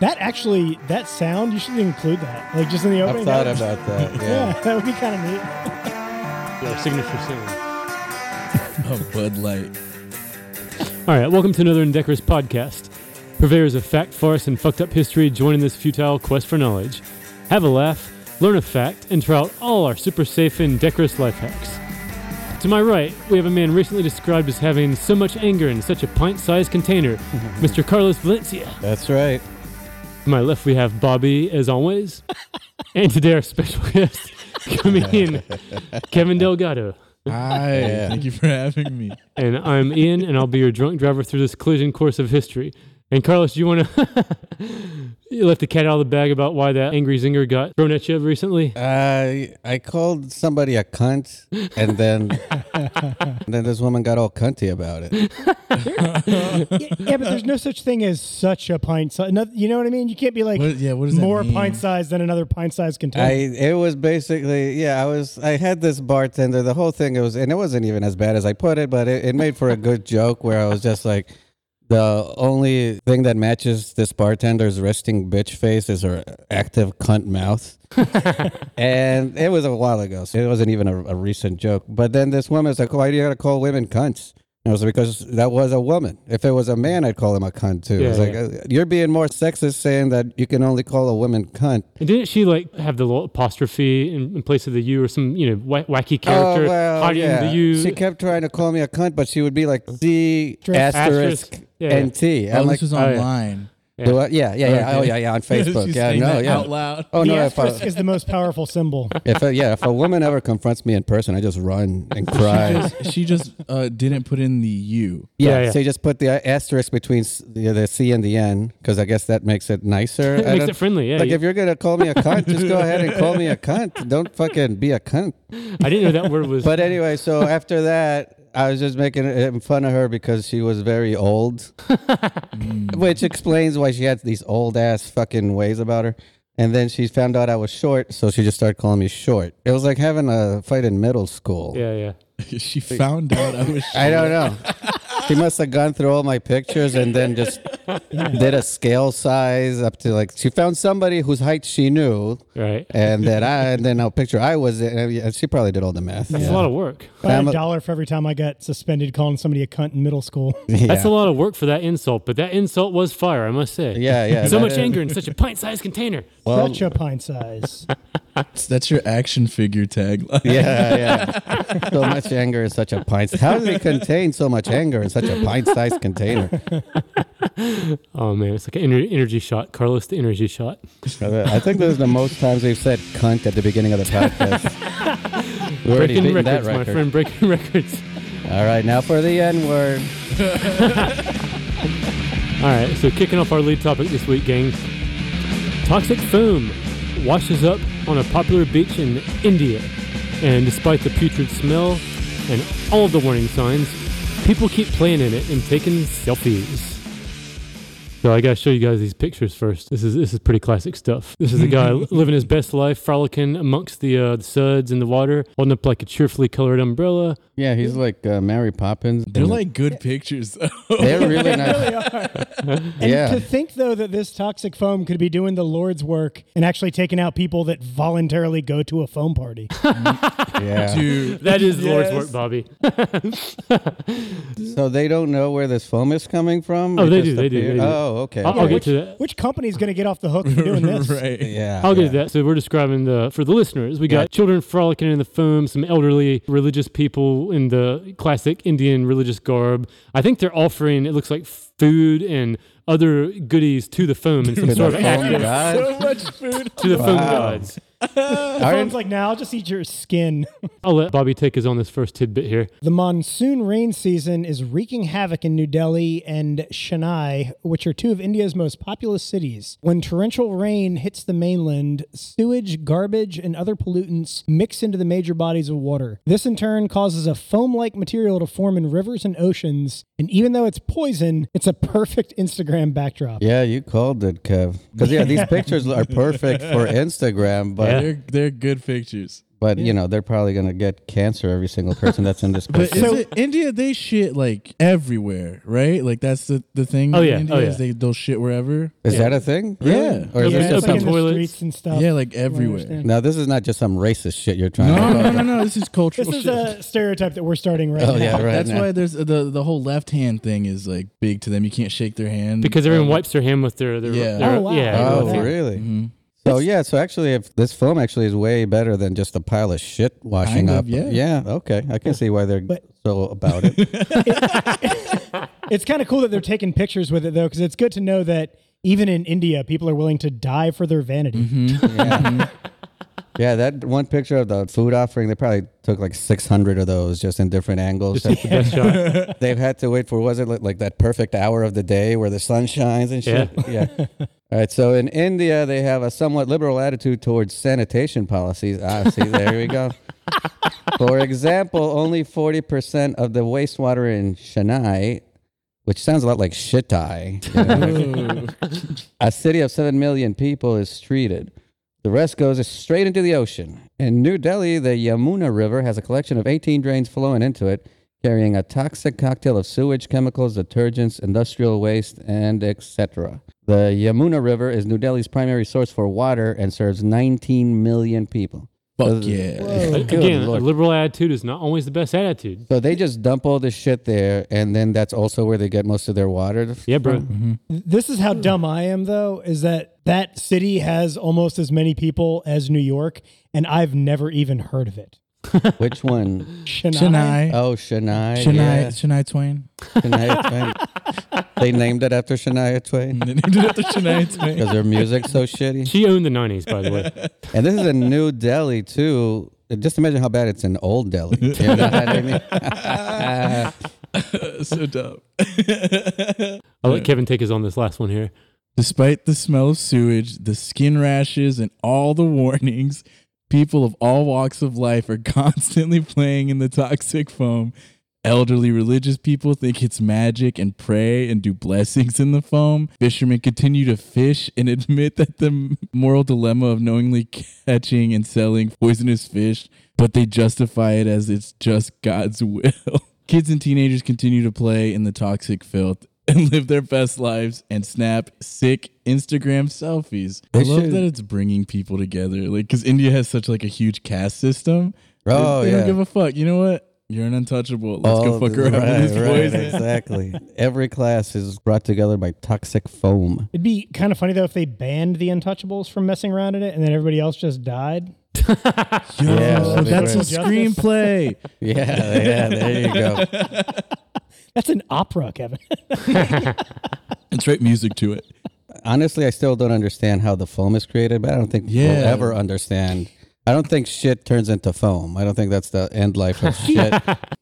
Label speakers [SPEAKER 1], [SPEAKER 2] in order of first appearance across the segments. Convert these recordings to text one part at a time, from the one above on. [SPEAKER 1] That actually, that sound, you should include that. Like just in the
[SPEAKER 2] I've
[SPEAKER 1] opening.
[SPEAKER 2] thought
[SPEAKER 1] that-
[SPEAKER 2] about that.
[SPEAKER 1] Yeah,
[SPEAKER 2] Yeah.
[SPEAKER 1] that would be kind of neat.
[SPEAKER 3] Our signature singing.
[SPEAKER 2] A Bud Light.
[SPEAKER 3] All right, welcome to another Indecorous podcast. Purveyors of fact, farce, and fucked up history join in this futile quest for knowledge. Have a laugh, learn a fact, and try out all our super safe and decorous life hacks. To my right, we have a man recently described as having so much anger in such a pint sized container, Mr. Carlos Valencia.
[SPEAKER 2] That's right.
[SPEAKER 3] To my left, we have Bobby, as always. and today, our special guest, comedian Kevin Delgado.
[SPEAKER 4] Hi,
[SPEAKER 2] Yeah.
[SPEAKER 4] thank you for having me.
[SPEAKER 3] and I'm Ian, and I'll be your drunk driver through this collision course of history. And Carlos, you want to you let the cat out of the bag about why that angry zinger got thrown at you recently?
[SPEAKER 2] I I called somebody a cunt, and then and then this woman got all cunty about it.
[SPEAKER 1] yeah, yeah, but there's no such thing as such a pint size. You know what I mean? You can't be like
[SPEAKER 4] What- yeah, what does that
[SPEAKER 1] more
[SPEAKER 4] mean?
[SPEAKER 1] pint size than another pint size container.
[SPEAKER 2] I it was basically yeah. I was I had this bartender. The whole thing it was and it wasn't even as bad as I put it, but it, it made for a good joke where I was just like. The only thing that matches this bartender's resting bitch face is her active cunt mouth. and it was a while ago, so it wasn't even a, a recent joke. But then this woman's like, "Why do you gotta call women cunts?" And I was like, "Because that was a woman. If it was a man, I'd call him a cunt too."
[SPEAKER 3] Yeah,
[SPEAKER 2] it's like
[SPEAKER 3] yeah.
[SPEAKER 2] uh, you're being more sexist saying that you can only call a woman cunt.
[SPEAKER 3] And didn't she like have the little apostrophe in, in place of the you or some you know wa- wacky character
[SPEAKER 2] oh, well,
[SPEAKER 3] hiding
[SPEAKER 2] yeah.
[SPEAKER 3] the you?
[SPEAKER 2] She kept trying to call me a cunt, but she would be like C asterisk,
[SPEAKER 3] Asterisk. Yeah.
[SPEAKER 2] and T.
[SPEAKER 4] Oh,
[SPEAKER 2] I'm like,
[SPEAKER 4] this was
[SPEAKER 3] oh, yeah.
[SPEAKER 4] online.
[SPEAKER 2] do I- yeah, yeah, yeah, oh
[SPEAKER 4] Okay.
[SPEAKER 2] yeah, yeah, on Facebook,
[SPEAKER 4] She's
[SPEAKER 2] yeah,
[SPEAKER 4] saying
[SPEAKER 2] no,
[SPEAKER 4] that
[SPEAKER 2] yeah,
[SPEAKER 4] out loud.
[SPEAKER 2] oh
[SPEAKER 1] the
[SPEAKER 2] no, if
[SPEAKER 1] asterisk
[SPEAKER 2] I,
[SPEAKER 1] is the most powerful symbol.
[SPEAKER 2] if I, yeah, if a woman ever confronts me in person, I just run and cry.
[SPEAKER 4] She just uh, didn't put in the U.
[SPEAKER 2] Yeah,
[SPEAKER 3] Yeah, yeah.
[SPEAKER 2] so you just put the asterisk between s- the, the C and the N because I guess that makes it nicer. I
[SPEAKER 3] makes
[SPEAKER 2] don't-
[SPEAKER 3] it friendly. Yeah,
[SPEAKER 2] Like
[SPEAKER 3] yeah.
[SPEAKER 2] if you're gonna call me a cunt, just go ahead and call me a cunt. Don't fucking be a cunt.
[SPEAKER 3] I didn't know that word was.
[SPEAKER 2] But anyway, so after that, I was just making uh, fun of her because she was very old, which explains why she had these old ass fucking ways about her. And then she found out I was short, so she just started calling me short. It was like having a fight in middle school.
[SPEAKER 3] yeah, yeah.
[SPEAKER 4] she found out I was.
[SPEAKER 2] I don't know. She must have gone through all my pictures and then just did a scale size up to like she found somebody whose height she knew,
[SPEAKER 3] Right.
[SPEAKER 2] and that I and then a picture I was in. and yeah, She probably did all the math.
[SPEAKER 3] That's a lot of work.
[SPEAKER 1] I had
[SPEAKER 2] I'm
[SPEAKER 1] a
[SPEAKER 2] a-
[SPEAKER 1] dollar for every time I got suspended calling somebody a cunt in middle school.
[SPEAKER 2] yeah.
[SPEAKER 3] That's a lot of work for that insult, but that insult was fire, I must say.
[SPEAKER 2] Yeah, yeah.
[SPEAKER 3] So
[SPEAKER 2] that
[SPEAKER 3] much
[SPEAKER 2] is-
[SPEAKER 3] anger in such a pint-sized container.
[SPEAKER 2] Well,
[SPEAKER 1] Such a pint size.
[SPEAKER 4] That's your action figure tagline.
[SPEAKER 2] yeah, yeah. so much anger in such a pint. How do they contain so much anger in such a pint-sized container?
[SPEAKER 3] Oh man, it's like an ener- energy shot, Carlos. The energy shot.
[SPEAKER 2] I think this is the most times we've said "cunt" at the beginning of the podcast. We're already
[SPEAKER 3] breaking
[SPEAKER 2] beating
[SPEAKER 3] records,
[SPEAKER 2] that
[SPEAKER 3] my
[SPEAKER 2] record.
[SPEAKER 3] friend. Breaking records.
[SPEAKER 2] All right, now for the N word.
[SPEAKER 3] All right, so kicking off our lead topic this week, gang. Toxic foam washes up on a popular beach in India, and despite the putrid smell and all the warning signs, people keep playing in it and taking selfies. So I gotta show you guys these pictures first. This is this is pretty classic stuff. This is a guy living his best life, frolicking amongst the, uh, the suds in the water, holding up like a cheerfully colored umbrella.
[SPEAKER 2] Yeah, he's like uh, Mary Poppins.
[SPEAKER 4] They're like good pictures. though.
[SPEAKER 2] they're really nice.
[SPEAKER 1] And
[SPEAKER 2] Yeah.
[SPEAKER 1] to think though that this toxic foam could be doing the Lord's work and actually taking out people that voluntarily go to a foam party.
[SPEAKER 2] Yeah.
[SPEAKER 4] Dude,
[SPEAKER 3] That is Lord's
[SPEAKER 4] Yes.
[SPEAKER 3] work, Bobby.
[SPEAKER 2] So they don't know where this foam is coming from.
[SPEAKER 3] Oh,
[SPEAKER 2] It
[SPEAKER 3] they
[SPEAKER 2] just
[SPEAKER 3] do, they do,
[SPEAKER 2] appeared-
[SPEAKER 3] they do.
[SPEAKER 2] Oh, okay.
[SPEAKER 3] I'll, I'll
[SPEAKER 2] okay.
[SPEAKER 3] get to that.
[SPEAKER 1] Which company's going to get off the hook for doing this?
[SPEAKER 4] right?
[SPEAKER 2] Yeah.
[SPEAKER 3] I'll
[SPEAKER 2] yeah.
[SPEAKER 3] get to that. So we're describing the for the listeners. We got
[SPEAKER 2] Yeah.
[SPEAKER 3] children frolicking in the foam, some elderly religious people in the classic Indian religious garb. I think they're offering it looks like food and other goodies to the foam and some
[SPEAKER 2] To
[SPEAKER 3] sort
[SPEAKER 2] the
[SPEAKER 3] of
[SPEAKER 2] foam Oh
[SPEAKER 3] active
[SPEAKER 2] god.
[SPEAKER 4] Oh So much food.
[SPEAKER 3] to the foam
[SPEAKER 2] Wow.
[SPEAKER 3] gods.
[SPEAKER 1] The foam's like, now I'll just eat your skin.
[SPEAKER 3] I'll let Bobby take us on this first tidbit here.
[SPEAKER 1] The monsoon rain season is wreaking havoc in New Delhi and Chennai, which are two of India's most populous cities. When torrential rain hits the mainland, sewage, garbage, and other pollutants mix into the major bodies of water. This in turn causes a foam like material to form in rivers and oceans. And even though it's poison, it's a perfect Instagram backdrop.
[SPEAKER 2] Yeah, you called it, Kev. Because yeah, these pictures are perfect for Instagram, but
[SPEAKER 3] Yeah.
[SPEAKER 4] They're they're good pictures.
[SPEAKER 2] But you know, they're probably gonna get cancer every single person that's in this place.
[SPEAKER 4] But is it India? They shit like everywhere, right? Like that's the, the thing.
[SPEAKER 3] Oh,
[SPEAKER 4] in
[SPEAKER 3] yeah. Oh,
[SPEAKER 4] India is
[SPEAKER 3] yeah.
[SPEAKER 4] they they'll shit wherever.
[SPEAKER 2] Is that a thing?
[SPEAKER 4] Yeah.
[SPEAKER 2] Or is
[SPEAKER 3] Yeah,
[SPEAKER 1] it's
[SPEAKER 2] it just
[SPEAKER 1] like in
[SPEAKER 2] some,
[SPEAKER 3] something-
[SPEAKER 1] the
[SPEAKER 3] Toilets.
[SPEAKER 1] streets and stuff.
[SPEAKER 4] Yeah, like
[SPEAKER 1] from what I
[SPEAKER 4] everywhere.
[SPEAKER 1] understand.
[SPEAKER 2] now this is not just some racist shit you're trying
[SPEAKER 4] No,
[SPEAKER 2] to
[SPEAKER 4] no, no, no. This is cultural
[SPEAKER 1] This is
[SPEAKER 4] shit.
[SPEAKER 1] a stereotype that we're starting right
[SPEAKER 2] Oh
[SPEAKER 1] now.
[SPEAKER 2] yeah, right.
[SPEAKER 4] that's
[SPEAKER 2] now.
[SPEAKER 4] why there's uh, the the whole left hand thing is like big to them. You can't shake their hand
[SPEAKER 3] because
[SPEAKER 4] Um,
[SPEAKER 3] everyone wipes their hand with their, their,
[SPEAKER 4] Yeah.
[SPEAKER 3] their-
[SPEAKER 1] Oh, wow.
[SPEAKER 3] yeah.
[SPEAKER 2] Oh,
[SPEAKER 1] Yeah.
[SPEAKER 2] really?
[SPEAKER 4] mhm.
[SPEAKER 2] So yeah, so actually, if this film actually is way better than just a pile of shit washing
[SPEAKER 4] Kind of,
[SPEAKER 2] up.
[SPEAKER 4] yeah.
[SPEAKER 2] okay, I can see why they're
[SPEAKER 1] But-
[SPEAKER 2] so about it.
[SPEAKER 1] It's kind of cool that they're taking pictures with it though, because it's good to know that even in India, people are willing to die for their vanity.
[SPEAKER 2] Mm-hmm. yeah, that one picture of the food offering, they probably took like six hundred of those just in different angles.
[SPEAKER 3] Just take the best shot.
[SPEAKER 2] They've had to wait for was it like, like that perfect hour of the day where the sun shines and shit. Yeah. All right. So in India, they have a somewhat liberal attitude towards sanitation policies. Ah, see, there we go. For example, only forty percent of the wastewater in Chennai, which sounds a lot like Shittai, you know, a city of seven million people, is treated. The rest goes straight into the ocean. In New Delhi, the Yamuna River has a collection of 18 drains flowing into it, carrying a toxic cocktail of sewage, chemicals, detergents, industrial waste, and etc. The Yamuna River is New Delhi's primary source for water and serves 19 million people.
[SPEAKER 4] Fuck yeah.
[SPEAKER 2] Oh, Good
[SPEAKER 3] Again,
[SPEAKER 2] Lord.
[SPEAKER 3] a liberal attitude is not always the best attitude.
[SPEAKER 2] So they just dump all this shit there, and then that's also where they get most of their water.
[SPEAKER 3] Yeah, bro.
[SPEAKER 2] Mm-hmm.
[SPEAKER 1] This is how dumb I am, though, is that that city has almost as many people as New York, and I've never even heard of it.
[SPEAKER 2] Which one?
[SPEAKER 1] Chennai.
[SPEAKER 4] Chennai,
[SPEAKER 2] Oh, Shania.
[SPEAKER 4] Chennai,
[SPEAKER 2] yeah.
[SPEAKER 4] Chennai Twain.
[SPEAKER 2] Shania Twain. they named it after Shania Twain
[SPEAKER 4] They named it after Chennai Twain.
[SPEAKER 2] because their music's so shitty.
[SPEAKER 3] She owned the 90s, by the way.
[SPEAKER 2] And this is in New Delhi too. Just imagine how bad it's in Old Delhi. You know what I mean?
[SPEAKER 4] so dope.
[SPEAKER 3] I'll let Kevin take us on this last one here.
[SPEAKER 4] Despite the smell of sewage, the skin rashes, and all the warnings, people of all walks of life are constantly playing in the toxic foam. Elderly religious people think it's magic and pray and do blessings in the foam. Fishermen continue to fish and admit that the moral dilemma of knowingly catching and selling poisonous fish, but they justify it as it's just God's will. Kids and teenagers continue to play in the toxic filth and live their best lives and snap sick Instagram selfies. I
[SPEAKER 2] They
[SPEAKER 4] love
[SPEAKER 2] should-
[SPEAKER 4] that it's bringing people together, like because India has such like a huge caste system.
[SPEAKER 2] Oh,
[SPEAKER 4] they, they
[SPEAKER 2] yeah.
[SPEAKER 4] don't give a fuck. You know what? You're an untouchable. Let's
[SPEAKER 2] Oh,
[SPEAKER 4] go fuck around
[SPEAKER 2] right,
[SPEAKER 4] with this
[SPEAKER 2] right,
[SPEAKER 4] poison.
[SPEAKER 2] Exactly. Every class is brought together by toxic foam.
[SPEAKER 1] It'd be kind of funny, though, if they banned the Untouchables from messing around in it and then everybody else just died.
[SPEAKER 4] Yo,
[SPEAKER 2] Yeah, that'd be
[SPEAKER 4] that's a
[SPEAKER 1] great.
[SPEAKER 4] screenplay.
[SPEAKER 2] Yeah, yeah. There you go.
[SPEAKER 1] That's an opera, Kevin.
[SPEAKER 4] and straight music to it.
[SPEAKER 2] Honestly, I still don't understand how the foam is created, but I don't think we'll
[SPEAKER 4] Yeah.
[SPEAKER 2] ever understand. I don't think shit turns into foam. I don't think that's the end life of shit.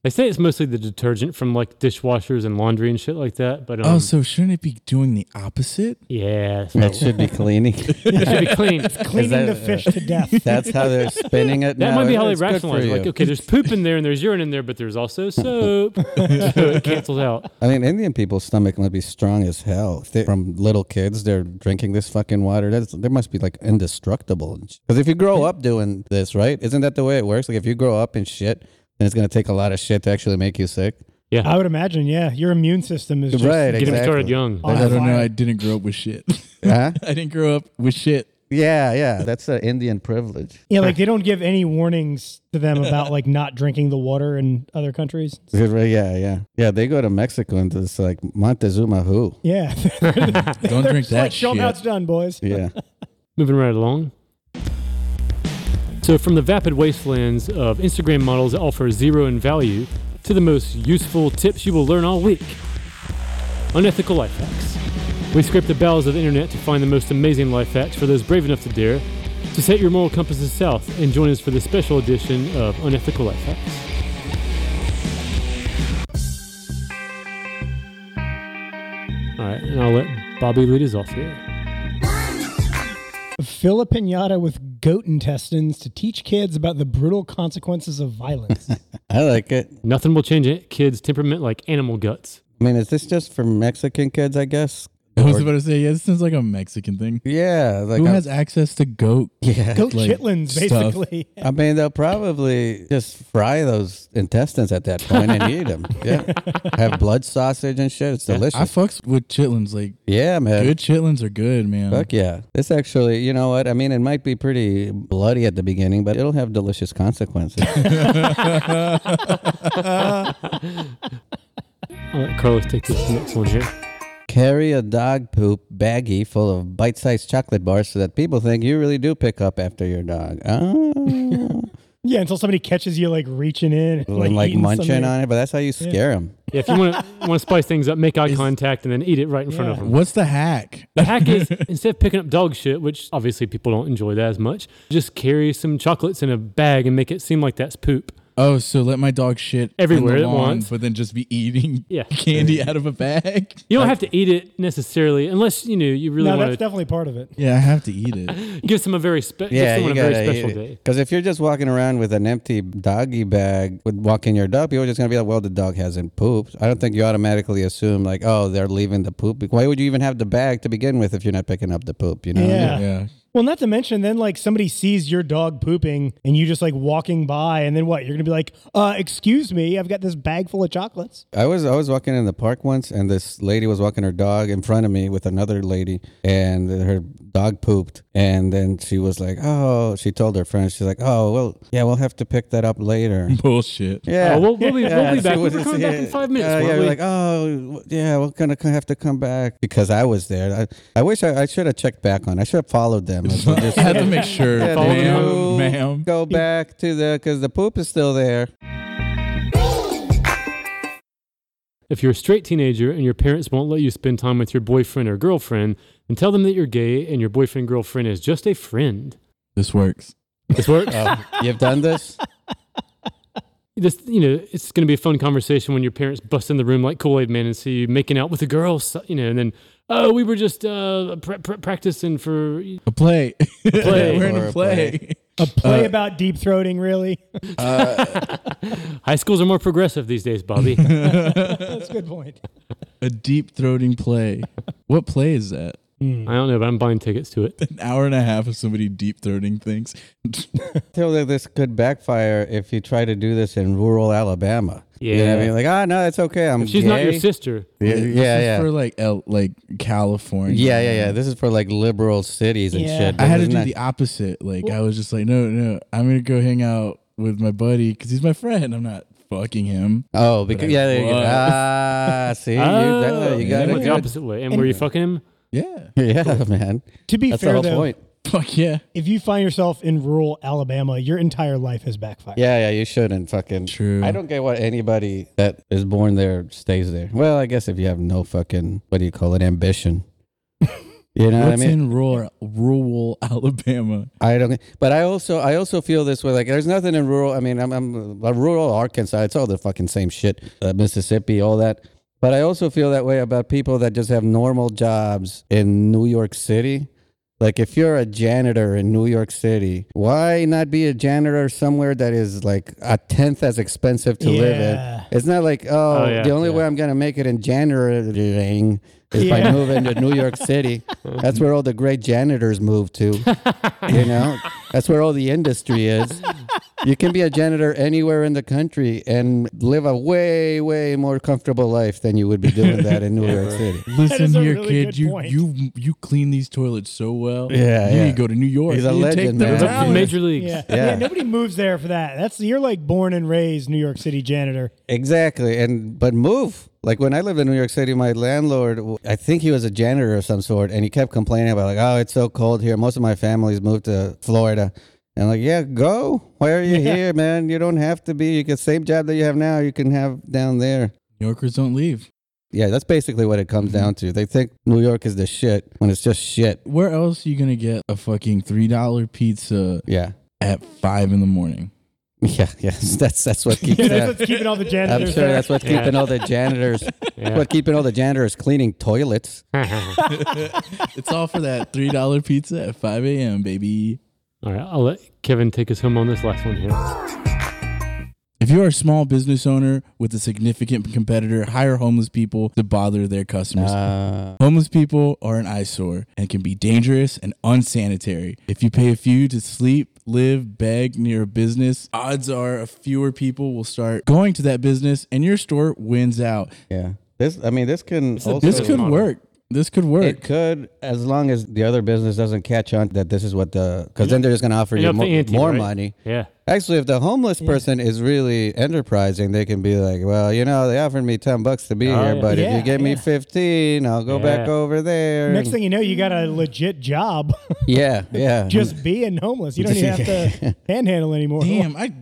[SPEAKER 3] They say it's mostly the detergent from like dishwashers and laundry and shit like that. But um,
[SPEAKER 4] Oh, so shouldn't it be doing the opposite?
[SPEAKER 3] yeah, so
[SPEAKER 2] It should be cleaning.
[SPEAKER 3] it should be clean.
[SPEAKER 1] Cleaning
[SPEAKER 2] that-
[SPEAKER 1] the fish to death.
[SPEAKER 2] That's how they're spinning it.
[SPEAKER 3] That
[SPEAKER 2] now.
[SPEAKER 3] might be how they
[SPEAKER 2] It's good for
[SPEAKER 3] rationalize. it.
[SPEAKER 2] you.
[SPEAKER 3] Like, okay, there's poop in there and there's urine in there, but there's also soap. so it cancels out.
[SPEAKER 2] I mean, Indian people's stomach must be strong as hell. If they, from little kids, they're drinking this fucking water. That's, they must be like indestructible. Because if you grow up doing this, right? Isn't that the way it works? Like if you grow up in shit, then it's gonna take a lot of shit to actually make you sick.
[SPEAKER 1] I would imagine, yeah. Your immune system is just.
[SPEAKER 2] Right,
[SPEAKER 3] Get them started
[SPEAKER 2] Exactly.
[SPEAKER 3] young.
[SPEAKER 1] On
[SPEAKER 4] I don't
[SPEAKER 1] fire.
[SPEAKER 4] know. I didn't grow up with shit.
[SPEAKER 2] Huh?
[SPEAKER 4] I didn't grow up with shit.
[SPEAKER 2] yeah, yeah. That's an Indian privilege.
[SPEAKER 1] Yeah, like they don't give any warnings to them about like not drinking the water in other countries.
[SPEAKER 2] Yeah, yeah, yeah. They go to Mexico and it's like Montezuma who?
[SPEAKER 1] Yeah.
[SPEAKER 4] Don't drink that
[SPEAKER 1] like, show 'em how it's
[SPEAKER 4] shit.
[SPEAKER 1] done, boys.
[SPEAKER 2] Yeah.
[SPEAKER 3] Moving right along. So, from the vapid wastelands of Instagram models that offer zero in value to the most useful tips you will learn all week unethical life hacks. We scrape the bowels of the internet to find the most amazing life hacks for those brave enough to dare to set your moral compasses south and join us for this special edition of Unethical Life Hacks. All right, and I'll let Bobby lead us off here.
[SPEAKER 1] Fill a pinata with goat intestines to teach kids about the brutal consequences of violence.
[SPEAKER 2] I like it.
[SPEAKER 3] Nothing will change it. Kids' temperament like animal guts.
[SPEAKER 2] I mean, is this just for Mexican kids? I guess
[SPEAKER 4] I was
[SPEAKER 2] Or-
[SPEAKER 4] about to say, yeah, this sounds like a Mexican thing.
[SPEAKER 2] yeah, like
[SPEAKER 4] Who
[SPEAKER 2] I'm-
[SPEAKER 4] has access to goat?
[SPEAKER 2] yeah.
[SPEAKER 1] Goat
[SPEAKER 4] like
[SPEAKER 1] chitlins,
[SPEAKER 4] stuff.
[SPEAKER 1] basically.
[SPEAKER 2] I mean, they'll probably just fry those intestines at that point and eat them. Yeah, have blood sausage and shit. It's
[SPEAKER 4] I
[SPEAKER 2] delicious.
[SPEAKER 4] fucks with chitlins. Like
[SPEAKER 2] Yeah, man.
[SPEAKER 4] good chitlins are good, man.
[SPEAKER 2] Fuck yeah. This actually, you know what? I mean, it might be pretty bloody at the beginning, but it'll have delicious consequences.
[SPEAKER 3] I'll let Carlos take this next one here.
[SPEAKER 2] Carry a dog poop baggie full of bite sized chocolate bars so that people think you really do pick up after your dog. Oh.
[SPEAKER 1] Yeah, until somebody catches you like reaching in, and,
[SPEAKER 2] like, like
[SPEAKER 1] eating
[SPEAKER 2] munching
[SPEAKER 1] something.
[SPEAKER 2] on it, but that's how you scare them.
[SPEAKER 3] Yeah, if you want to want to spice things up, make eye contact and then eat it right in front of
[SPEAKER 1] Yeah.
[SPEAKER 3] them.
[SPEAKER 4] What's the hack?
[SPEAKER 3] The hack is instead of picking up dog shit, which obviously people don't enjoy that as much, just carry some chocolates in a bag and make it seem like that's poop.
[SPEAKER 4] Oh, so let my dog shit in the
[SPEAKER 3] Everywhere at
[SPEAKER 4] lawn,
[SPEAKER 3] once.
[SPEAKER 4] but then just be eating
[SPEAKER 3] Yeah.
[SPEAKER 4] candy out of a bag.
[SPEAKER 3] You don't have to eat it necessarily, unless you know you really
[SPEAKER 1] No, that's
[SPEAKER 3] want to
[SPEAKER 1] definitely part of it.
[SPEAKER 4] Yeah, I have to eat it.
[SPEAKER 3] give someone a very spe- give
[SPEAKER 2] Yeah,
[SPEAKER 3] someone
[SPEAKER 2] you
[SPEAKER 3] a very
[SPEAKER 2] gotta
[SPEAKER 3] special day.
[SPEAKER 2] Because if you're just walking around with an empty doggy bag with walking your dog, people are just gonna be like, "Well, the dog hasn't pooped." I don't think you automatically assume like, "Oh, they're leaving the poop." Why would you even have the bag to begin with if you're not picking up the poop? You know?
[SPEAKER 1] Yeah.
[SPEAKER 4] Yeah.
[SPEAKER 1] Well, not to mention, then like somebody sees your dog pooping and you just like walking by, and then what? You're gonna be like, uh, "Excuse me, I've got this bag full of chocolates."
[SPEAKER 2] I was I was walking in the park once, and this lady was walking her dog in front of me with another lady, and her dog pooped, and then she was like, "Oh," she told her friends, she's like, "Oh, well, yeah, we'll have to pick that up later."
[SPEAKER 4] Bullshit.
[SPEAKER 2] Yeah.
[SPEAKER 3] Oh, we'll, we'll be,
[SPEAKER 2] Yeah,
[SPEAKER 3] we'll be
[SPEAKER 2] so
[SPEAKER 3] back.
[SPEAKER 2] it
[SPEAKER 3] We're
[SPEAKER 2] was just-
[SPEAKER 3] coming back in
[SPEAKER 2] yeah,
[SPEAKER 3] five minutes.
[SPEAKER 2] Uh,
[SPEAKER 3] weren't
[SPEAKER 2] yeah, we're
[SPEAKER 3] we?
[SPEAKER 2] like, oh, w- yeah, we're gonna c- have to come back because I was there. I, I wish I, I should have checked back on. I should have followed them. I should
[SPEAKER 4] I
[SPEAKER 2] just-
[SPEAKER 4] had to make sure,
[SPEAKER 2] Yeah,
[SPEAKER 3] Follow
[SPEAKER 4] ma'am,
[SPEAKER 2] you
[SPEAKER 4] ma'am.
[SPEAKER 2] Go back to the because the poop is still there.
[SPEAKER 3] If you're a straight teenager and your parents won't let you spend time with your boyfriend or girlfriend, then tell them that you're gay and your boyfriend girlfriend is just a friend.
[SPEAKER 4] This works.
[SPEAKER 3] This works.
[SPEAKER 2] Um, You've done this.
[SPEAKER 3] this, you know, it's going to be a fun conversation when your parents bust in the room like Kool Aid Man and see you making out with a girl, so- you know, and then oh, we were just uh, pra- pra- practicing for
[SPEAKER 4] A play.
[SPEAKER 3] play.
[SPEAKER 4] We're in
[SPEAKER 2] Or
[SPEAKER 4] a
[SPEAKER 2] a
[SPEAKER 4] play.
[SPEAKER 2] Uh,
[SPEAKER 1] A play about deep throating, really?
[SPEAKER 3] high schools are more progressive these days, Bobby.
[SPEAKER 1] That's a good point.
[SPEAKER 4] A deep throating play. What play is that?
[SPEAKER 3] I don't know, but I'm buying tickets to it.
[SPEAKER 4] An hour and a half of somebody deep throating things.
[SPEAKER 2] Feel that this could backfire if you try to do this in rural Alabama. You know what
[SPEAKER 3] Yeah.
[SPEAKER 2] I mean, like, ah, no, it's okay. I'm.
[SPEAKER 3] She's not your
[SPEAKER 2] gay."
[SPEAKER 3] sister.
[SPEAKER 2] Yeah,
[SPEAKER 4] This is
[SPEAKER 2] yeah, yeah.
[SPEAKER 4] For like L, like California.
[SPEAKER 2] yeah, yeah, yeah. This is for like liberal cities and
[SPEAKER 1] Yeah.
[SPEAKER 2] shit.
[SPEAKER 4] I had to
[SPEAKER 2] This is
[SPEAKER 4] do
[SPEAKER 2] not-
[SPEAKER 4] the opposite. Like I was just like, no, no, I'm gonna go hang out with my buddy because he's my friend. I'm not fucking him.
[SPEAKER 2] Oh, because
[SPEAKER 4] I
[SPEAKER 2] yeah, there you go.
[SPEAKER 4] was.
[SPEAKER 2] Ah, see, you,
[SPEAKER 3] Oh,
[SPEAKER 2] that- you
[SPEAKER 3] yeah,
[SPEAKER 2] got
[SPEAKER 3] went the
[SPEAKER 2] it.
[SPEAKER 3] opposite way. And were you fucking him?
[SPEAKER 4] Yeah,
[SPEAKER 2] Yeah, man.
[SPEAKER 1] To be
[SPEAKER 2] That's the
[SPEAKER 1] fair,
[SPEAKER 2] whole
[SPEAKER 1] though,
[SPEAKER 2] point.
[SPEAKER 4] fuck yeah.
[SPEAKER 1] if you find yourself in rural Alabama, your entire life has backfired.
[SPEAKER 2] Yeah, yeah, you shouldn't fucking.
[SPEAKER 4] True.
[SPEAKER 2] I don't get why anybody that is born there stays there. Well, I guess if you have no fucking what do you call it, ambition. You know what I
[SPEAKER 4] What's
[SPEAKER 2] mean?
[SPEAKER 4] in rural, rural Alabama?
[SPEAKER 2] I don't. But I also, I also feel this way. Like, there's nothing in rural. I mean, I'm, I'm uh, rural Arkansas. It's all the fucking same shit. Uh, Mississippi, all that. But I also feel that way about people that just have normal jobs in New York City. Like, if you're a janitor in New York City, why not be a janitor somewhere that is like a tenth as expensive to live
[SPEAKER 1] Yeah.
[SPEAKER 2] in? It's not like, oh,
[SPEAKER 3] Oh, yeah,
[SPEAKER 2] the only
[SPEAKER 3] yeah.
[SPEAKER 2] way I'm gonna make it in janitoring is
[SPEAKER 1] Yeah.
[SPEAKER 2] by moving to New York City. That's where all the great janitors move to. You know, that's where all the industry is. You can be a janitor anywhere in the country and live a way, way more comfortable life than you would be doing that in New York City.
[SPEAKER 4] Listen
[SPEAKER 1] is a
[SPEAKER 4] here,
[SPEAKER 1] really good
[SPEAKER 4] kid. You
[SPEAKER 1] point.
[SPEAKER 4] you you clean these toilets so well.
[SPEAKER 2] Yeah,
[SPEAKER 4] you
[SPEAKER 2] yeah.
[SPEAKER 4] need to go to New York.
[SPEAKER 2] He's a
[SPEAKER 4] You
[SPEAKER 2] legend,
[SPEAKER 4] take the
[SPEAKER 2] man.
[SPEAKER 3] But
[SPEAKER 2] Yeah.
[SPEAKER 3] the
[SPEAKER 4] towels.
[SPEAKER 3] major leagues.
[SPEAKER 1] Yeah.
[SPEAKER 2] Yeah.
[SPEAKER 1] yeah, Nobody moves there for that. That's you're like born and raised New York City janitor.
[SPEAKER 2] Exactly, and but move. Like when I lived in New York City, my landlord, I think he was a janitor of some sort, and he kept complaining about like, oh, it's so cold here. Most of my family's moved to Florida, and I'm like, yeah, go. Why are you here, man? You don't have to be. You can same job that you have now. You can have down there.
[SPEAKER 4] New Yorkers don't leave.
[SPEAKER 2] Yeah, that's basically what it
[SPEAKER 1] Mm-hmm.
[SPEAKER 2] comes down to. They think New York is the shit when it's just shit.
[SPEAKER 4] Where else are you gonna get a fucking three dollar pizza
[SPEAKER 2] Yeah,
[SPEAKER 4] at five in the morning?
[SPEAKER 2] yeah, yeah. That's that's what keeps.
[SPEAKER 1] Yeah,
[SPEAKER 2] that-
[SPEAKER 1] that's what's keeping all the
[SPEAKER 2] I'm
[SPEAKER 1] janitors
[SPEAKER 2] sure
[SPEAKER 1] there.
[SPEAKER 2] that's what's keeping all the janitors. What keeping all the janitors cleaning toilets.
[SPEAKER 4] It's all for that three dollar pizza at five a.m. Baby.
[SPEAKER 3] All right, I'll let Kevin take us home on this last one here.
[SPEAKER 4] If If you are a small business owner with a significant competitor, hire homeless people to bother their customers.
[SPEAKER 2] Uh,
[SPEAKER 4] Homeless people are an eyesore and can be dangerous and unsanitary. If you pay a few to sleep, live, beg near a business, odds are a fewer people will start going to that business and your store wins out.
[SPEAKER 2] yeah. This, I mean, this can.
[SPEAKER 3] a
[SPEAKER 2] also-
[SPEAKER 4] This
[SPEAKER 3] Business
[SPEAKER 4] could
[SPEAKER 3] model.
[SPEAKER 4] work. This could work.
[SPEAKER 2] It could, as long as the other business doesn't catch on that this is what the, because then they're just going to offer
[SPEAKER 3] And
[SPEAKER 2] you
[SPEAKER 3] up
[SPEAKER 2] mo-
[SPEAKER 3] the ante,
[SPEAKER 2] more
[SPEAKER 3] right?
[SPEAKER 2] money.
[SPEAKER 3] Yeah.
[SPEAKER 2] Actually, if the homeless person is really enterprising, they can be like, "Well, you know, they offered me ten bucks to be
[SPEAKER 3] Oh,
[SPEAKER 2] here,
[SPEAKER 3] yeah.
[SPEAKER 2] but if
[SPEAKER 1] Yeah,
[SPEAKER 2] you give
[SPEAKER 1] yeah.
[SPEAKER 2] me fifteen, I'll go back
[SPEAKER 3] Yeah.
[SPEAKER 2] over there."
[SPEAKER 1] Next
[SPEAKER 2] and-
[SPEAKER 1] thing you know, you got a legit job
[SPEAKER 2] yeah, yeah,
[SPEAKER 1] just being homeless. You don't even have to panhandle anymore.
[SPEAKER 4] Damn, I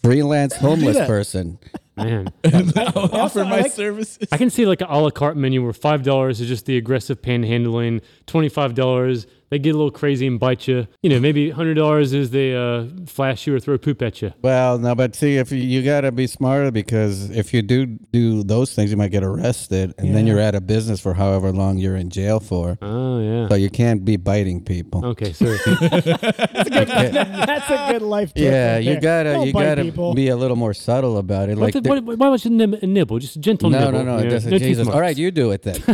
[SPEAKER 2] freelance homeless
[SPEAKER 4] that.
[SPEAKER 2] person.
[SPEAKER 3] Man.
[SPEAKER 4] offer my
[SPEAKER 1] like-
[SPEAKER 4] services.
[SPEAKER 3] I can see like an a la carte menu where five dollars is just the aggressive panhandling, twenty five dollars they get a little crazy and bite you. You know, maybe hundred dollars is they uh, flash you or throw poop at you.
[SPEAKER 2] Well, no, but see, if you, you gotta be smarter because if you do do those things, you might get arrested, and then
[SPEAKER 1] Yeah.
[SPEAKER 2] you're out of business for however long you're in jail for.
[SPEAKER 3] Oh yeah.
[SPEAKER 2] So you can't be biting people.
[SPEAKER 3] Okay, sorry.
[SPEAKER 1] That's a good life tip.
[SPEAKER 2] Yeah,
[SPEAKER 1] right
[SPEAKER 2] you
[SPEAKER 1] there.
[SPEAKER 2] gotta
[SPEAKER 1] Don't
[SPEAKER 2] you
[SPEAKER 1] bite
[SPEAKER 2] gotta
[SPEAKER 1] people.
[SPEAKER 2] be a little more subtle about it.
[SPEAKER 3] What's
[SPEAKER 2] like
[SPEAKER 3] it- what, why was it nib- a nibble? Just a gentle
[SPEAKER 2] no, no,
[SPEAKER 3] nibble.
[SPEAKER 2] no,
[SPEAKER 3] you
[SPEAKER 2] it
[SPEAKER 3] know?
[SPEAKER 2] doesn't.
[SPEAKER 3] No too
[SPEAKER 2] Jesus.
[SPEAKER 3] much.
[SPEAKER 2] All right, you do it then.
[SPEAKER 4] Go,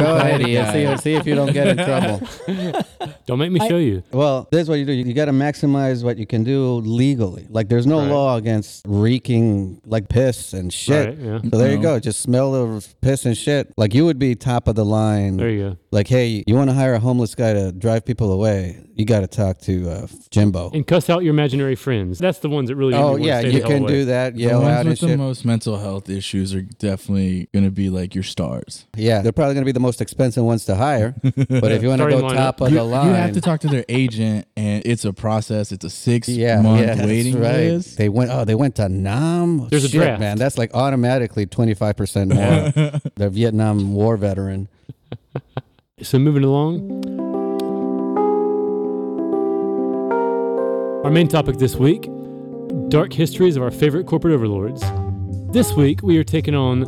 [SPEAKER 2] Go ahead,
[SPEAKER 4] Buddy
[SPEAKER 2] Ian.
[SPEAKER 4] Guy.
[SPEAKER 2] See, see if you don't get in trouble.
[SPEAKER 3] Don't make me show you.
[SPEAKER 2] Well, this is what you do. You, you got to maximize what you can do legally. Like, there's no
[SPEAKER 3] Right.
[SPEAKER 2] law against reeking like piss and shit.
[SPEAKER 3] Right, yeah.
[SPEAKER 2] So there you
[SPEAKER 4] No.
[SPEAKER 2] go. Just smell the piss and shit. Like you would be top of the line.
[SPEAKER 3] There you go.
[SPEAKER 2] Like, hey, you want to hire a homeless guy to drive people away? You got to talk to uh, Jimbo.
[SPEAKER 3] And cuss out your imaginary friends. That's the ones that really.
[SPEAKER 2] Oh yeah, you can do that.
[SPEAKER 3] that.
[SPEAKER 4] The
[SPEAKER 2] Yell
[SPEAKER 4] ones
[SPEAKER 2] out and
[SPEAKER 4] with the
[SPEAKER 2] shit.
[SPEAKER 4] most mental health issues are definitely going to be like your stars.
[SPEAKER 2] yeah, they're probably gonna be the most expensive ones to hire. but if you want to
[SPEAKER 3] Starting
[SPEAKER 2] go
[SPEAKER 3] lineup.
[SPEAKER 2] top of
[SPEAKER 4] you,
[SPEAKER 2] the
[SPEAKER 4] you
[SPEAKER 2] line,
[SPEAKER 4] have to talk to their agent, and it's a process. It's a six
[SPEAKER 2] yeah,
[SPEAKER 4] month
[SPEAKER 2] yeah, that's
[SPEAKER 4] waiting
[SPEAKER 2] right.
[SPEAKER 4] list.
[SPEAKER 2] They went. Oh, they went to Nam.
[SPEAKER 3] There's a
[SPEAKER 2] Shit,
[SPEAKER 3] draft.
[SPEAKER 2] man. That's like automatically twenty five percent more. the Vietnam War veteran.
[SPEAKER 3] So moving along. Our main topic this week dark histories of our favorite corporate overlords. This week, we are taking on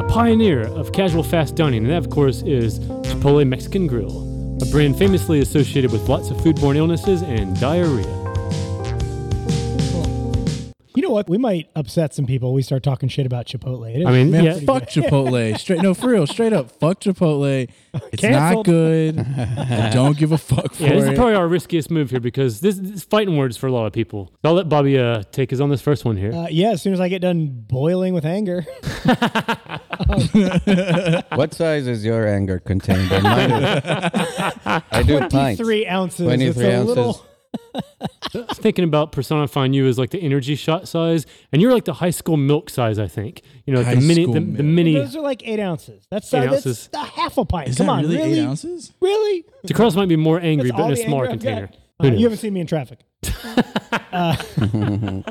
[SPEAKER 3] a pioneer of casual fast dining, and that, of course, is Chipotle Mexican Grill, a brand famously associated with lots of foodborne illnesses and diarrhea.
[SPEAKER 1] You know what? We might upset some people. We start talking shit about Chipotle. It is
[SPEAKER 3] I mean,
[SPEAKER 4] Man,
[SPEAKER 3] yeah,
[SPEAKER 4] fuck Chipotle. Straight no, for real, straight up, fuck Chipotle. It's not
[SPEAKER 1] Canceled.
[SPEAKER 4] good. I don't give a fuck for
[SPEAKER 3] yeah, this
[SPEAKER 4] it.
[SPEAKER 3] is probably our riskiest move here because this, this is fighting words for a lot of people. So I'll let Bobby uh, take us on this first one here.
[SPEAKER 1] uh, yeah, as soon as I get done boiling with anger,
[SPEAKER 2] what size is your anger contained? in? Mine is- I do pints.
[SPEAKER 1] three ounces. it's
[SPEAKER 2] 23
[SPEAKER 1] a
[SPEAKER 2] ounces.
[SPEAKER 1] little.
[SPEAKER 3] I was thinking about personifying you as like the energy shot size, and you're like the high school milk size, I think. You know, like the
[SPEAKER 4] High
[SPEAKER 3] mini,
[SPEAKER 4] school
[SPEAKER 3] the, the
[SPEAKER 4] milk.
[SPEAKER 3] mini.
[SPEAKER 1] Those are like eight ounces. That's, uh,
[SPEAKER 3] Eight
[SPEAKER 1] that's
[SPEAKER 3] ounces.
[SPEAKER 1] a half a pint.
[SPEAKER 4] is
[SPEAKER 1] Come
[SPEAKER 4] that
[SPEAKER 1] on,
[SPEAKER 4] really,
[SPEAKER 1] really?
[SPEAKER 4] eight ounces?
[SPEAKER 1] Really?
[SPEAKER 3] The crows might be more angry,
[SPEAKER 1] That's
[SPEAKER 3] but
[SPEAKER 1] all
[SPEAKER 3] in a
[SPEAKER 1] the
[SPEAKER 3] smaller
[SPEAKER 1] anger I've
[SPEAKER 3] container.
[SPEAKER 1] got.
[SPEAKER 3] Who
[SPEAKER 1] Uh,
[SPEAKER 3] knows?
[SPEAKER 1] you haven't seen me in traffic. Uh,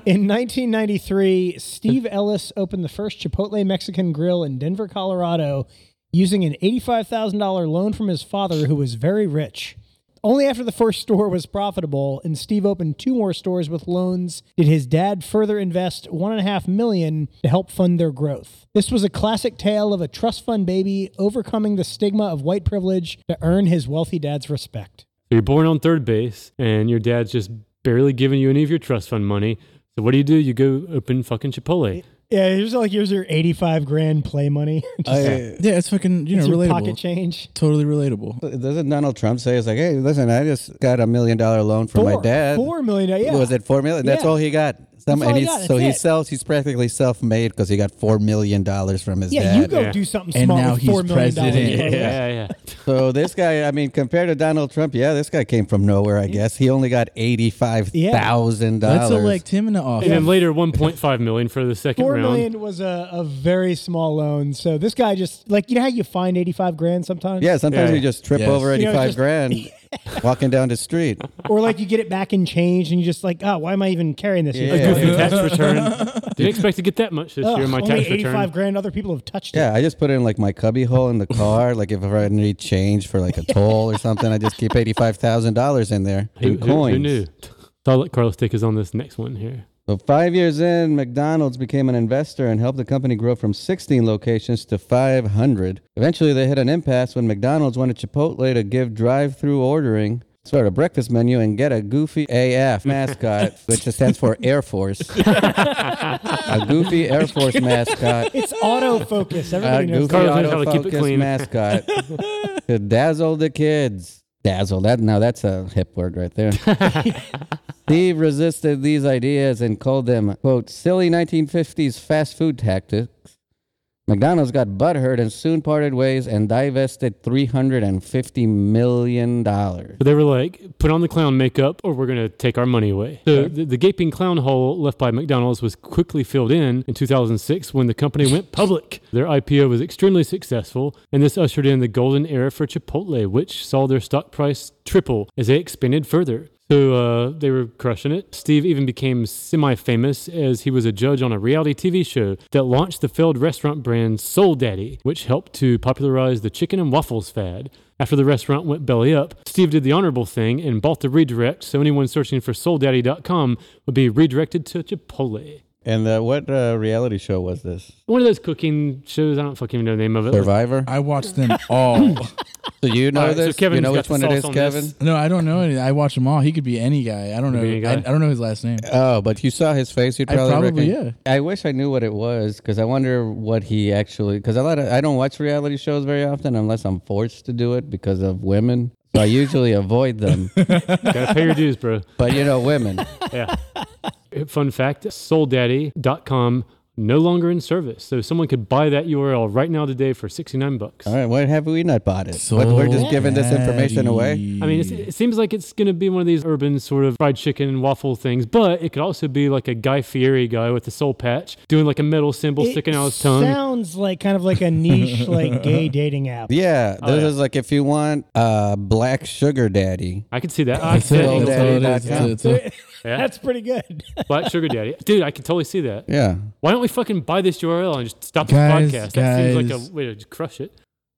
[SPEAKER 1] in 1993, Steve Ellis opened the first Chipotle Mexican Grill in Denver, Colorado, using an $85,000 loan from his father, who was very rich. Only after the first store was profitable and Steve opened two more stores with loans did his dad further invest one and a half million to help fund their growth. This was a classic tale of a trust fund baby overcoming the stigma of white privilege to earn his wealthy dad's respect.
[SPEAKER 3] So you're born on third base, and your dad's just barely giving you any of your trust fund money. So what do you do? You go open fucking Chipotle.
[SPEAKER 1] Yeah, here's like here's your eighty-five grand play money. Just
[SPEAKER 2] I,
[SPEAKER 4] Yeah, it's fucking you know
[SPEAKER 1] it's your pocket
[SPEAKER 4] relatable.
[SPEAKER 1] change.
[SPEAKER 4] Totally relatable.
[SPEAKER 2] doesn't Donald Trump say it's like, hey, listen, I just got a million dollar loan from my
[SPEAKER 1] Four-
[SPEAKER 2] dad.
[SPEAKER 1] Four million. Yeah.
[SPEAKER 2] Was it four million? That's
[SPEAKER 1] Yeah.
[SPEAKER 2] all he got. Some,
[SPEAKER 1] That's all
[SPEAKER 2] and
[SPEAKER 1] he
[SPEAKER 2] he's,
[SPEAKER 1] got,
[SPEAKER 2] so
[SPEAKER 1] that's
[SPEAKER 2] he
[SPEAKER 1] it.
[SPEAKER 2] sells. He's practically self-made because he got four million dollars from his
[SPEAKER 1] Yeah,
[SPEAKER 2] dad.
[SPEAKER 1] you go
[SPEAKER 3] Yeah.
[SPEAKER 1] do something
[SPEAKER 4] And
[SPEAKER 1] small
[SPEAKER 4] now
[SPEAKER 1] with
[SPEAKER 4] he's
[SPEAKER 1] four million dollars.
[SPEAKER 4] president.
[SPEAKER 3] Yeah,
[SPEAKER 2] So this guy, I mean, compared to Donald Trump, yeah, this guy came from nowhere. I guess he only got eighty-five thousand
[SPEAKER 4] Let's
[SPEAKER 2] dollars.
[SPEAKER 4] elect him in the office.
[SPEAKER 3] And then later, 1.5 million for the second
[SPEAKER 1] Four
[SPEAKER 3] round.
[SPEAKER 1] million was a, a very small loan. So this guy just like you know how you find eighty-five grand sometimes.
[SPEAKER 2] Yeah, sometimes
[SPEAKER 3] Yeah.
[SPEAKER 2] you just trip
[SPEAKER 4] Yes.
[SPEAKER 2] over
[SPEAKER 1] You know,
[SPEAKER 2] eighty-five
[SPEAKER 1] just-
[SPEAKER 2] grand walking down the street.
[SPEAKER 1] Or like you get it back in change, and you just like, oh, why am I even carrying this?
[SPEAKER 2] Yeah.
[SPEAKER 3] A goofy tax return. Didn't expect to get that much this
[SPEAKER 1] Ugh,
[SPEAKER 3] year. My
[SPEAKER 1] only
[SPEAKER 3] tax
[SPEAKER 1] eighty-five
[SPEAKER 3] return.
[SPEAKER 1] grand. Other people have touched it.
[SPEAKER 2] Yeah, I just put it in like my cubby hole in the car. Like if I need change for like a toll or something, I just keep eighty-five thousand dollars in there
[SPEAKER 3] Who,
[SPEAKER 2] in
[SPEAKER 3] who-
[SPEAKER 2] coins.
[SPEAKER 3] who knew? So I'll let Carlos take us on this next one here.
[SPEAKER 2] So five years in, McDonald's became an investor and helped the company grow from 16 locations to 500. Eventually, they hit an impasse when McDonald's wanted Chipotle to give drive-through ordering. sort of breakfast menu and get a goofy AF mascot, which stands for Air Force. a goofy Air Force mascot.
[SPEAKER 1] It's autofocus.
[SPEAKER 4] Uh,
[SPEAKER 1] Everybody
[SPEAKER 2] a
[SPEAKER 1] knows
[SPEAKER 2] Uh,
[SPEAKER 1] that.
[SPEAKER 2] goofy
[SPEAKER 3] Carlos knows how to keep it
[SPEAKER 2] autofocus
[SPEAKER 3] clean.
[SPEAKER 2] mascot to dazzle the kids. Dazzle that now that's a hip word right there. Steve resisted these ideas and called them quote silly 1950s fast food tactics. McDonald's got butthurt and soon parted ways and divested 350 million dollars.
[SPEAKER 3] But they were like, put on the clown makeup or we're going to take our money away. The, the, the gaping clown hole left by McDonald's was quickly filled in in 2006 when the company went public. Their IPO was extremely successful, and this ushered in the golden era for Chipotle, which saw their stock price triple as they expanded further. So uh, they were crushing it. Steve even became semi famous as he was a judge on a reality TV show that launched the failed restaurant brand Soul Daddy, which helped to popularize the chicken and waffles fad. After the restaurant went belly up, Steve did the honorable thing and bought the redirect so anyone searching for souldaddy.com would be redirected to Chipotle.
[SPEAKER 2] And uh, what uh, reality show was this?
[SPEAKER 3] One of those cooking shows, I don't fucking even know the name of it.
[SPEAKER 2] Survivor.
[SPEAKER 4] I watched them all.
[SPEAKER 2] So you know
[SPEAKER 3] All right, so
[SPEAKER 2] this? you
[SPEAKER 3] Kevin's
[SPEAKER 2] know
[SPEAKER 3] got
[SPEAKER 2] which
[SPEAKER 3] the
[SPEAKER 2] one it
[SPEAKER 3] sauce
[SPEAKER 2] is,
[SPEAKER 3] on
[SPEAKER 2] Kevin?
[SPEAKER 3] this.
[SPEAKER 4] no, I don't know any. I watch them all. He could be any guy. I don't know.
[SPEAKER 3] be any guy.
[SPEAKER 4] I, I don't know his last name.
[SPEAKER 2] Oh, but you saw his face. You'd
[SPEAKER 4] I
[SPEAKER 2] probably,
[SPEAKER 4] probably,
[SPEAKER 2] reckon- I wish I knew what it was because I wonder what he actually. Because a lot of I don't watch reality shows very often unless I'm forced to do it because of women. So I usually avoid them.
[SPEAKER 3] Gotta pay your dues, bro.
[SPEAKER 2] But you know, women.
[SPEAKER 3] Yeah. Fun fact souldaddy.com no longer in service. So someone could buy that URL right now today for 69 bucks.
[SPEAKER 2] All right, why have we not bought it? But we're just giving this information away.
[SPEAKER 3] I mean, it's, it seems like it's going to be one of these urban sort of fried chicken and waffle things, but it could also be like a Guy Fieri guy with a soul patch doing like a metal symbol sticking out his tongue.
[SPEAKER 1] Sounds like kind of like a niche, like gay dating app.
[SPEAKER 2] Yeah,
[SPEAKER 3] Oh,
[SPEAKER 2] this is like if you want uh, black sugar daddy.
[SPEAKER 3] I could see that. I could
[SPEAKER 2] Soul
[SPEAKER 4] That's
[SPEAKER 3] totally
[SPEAKER 4] all it
[SPEAKER 3] see that.
[SPEAKER 4] is. It's a- it's a-
[SPEAKER 3] Yeah.
[SPEAKER 1] That's pretty good.
[SPEAKER 3] Black Sugar Daddy. Dude, I could totally see that.
[SPEAKER 2] Yeah,
[SPEAKER 3] Why don't we fucking buy this URL and just stop
[SPEAKER 4] Guys,
[SPEAKER 3] this podcast? That seems like
[SPEAKER 4] guys.
[SPEAKER 3] a way to crush it.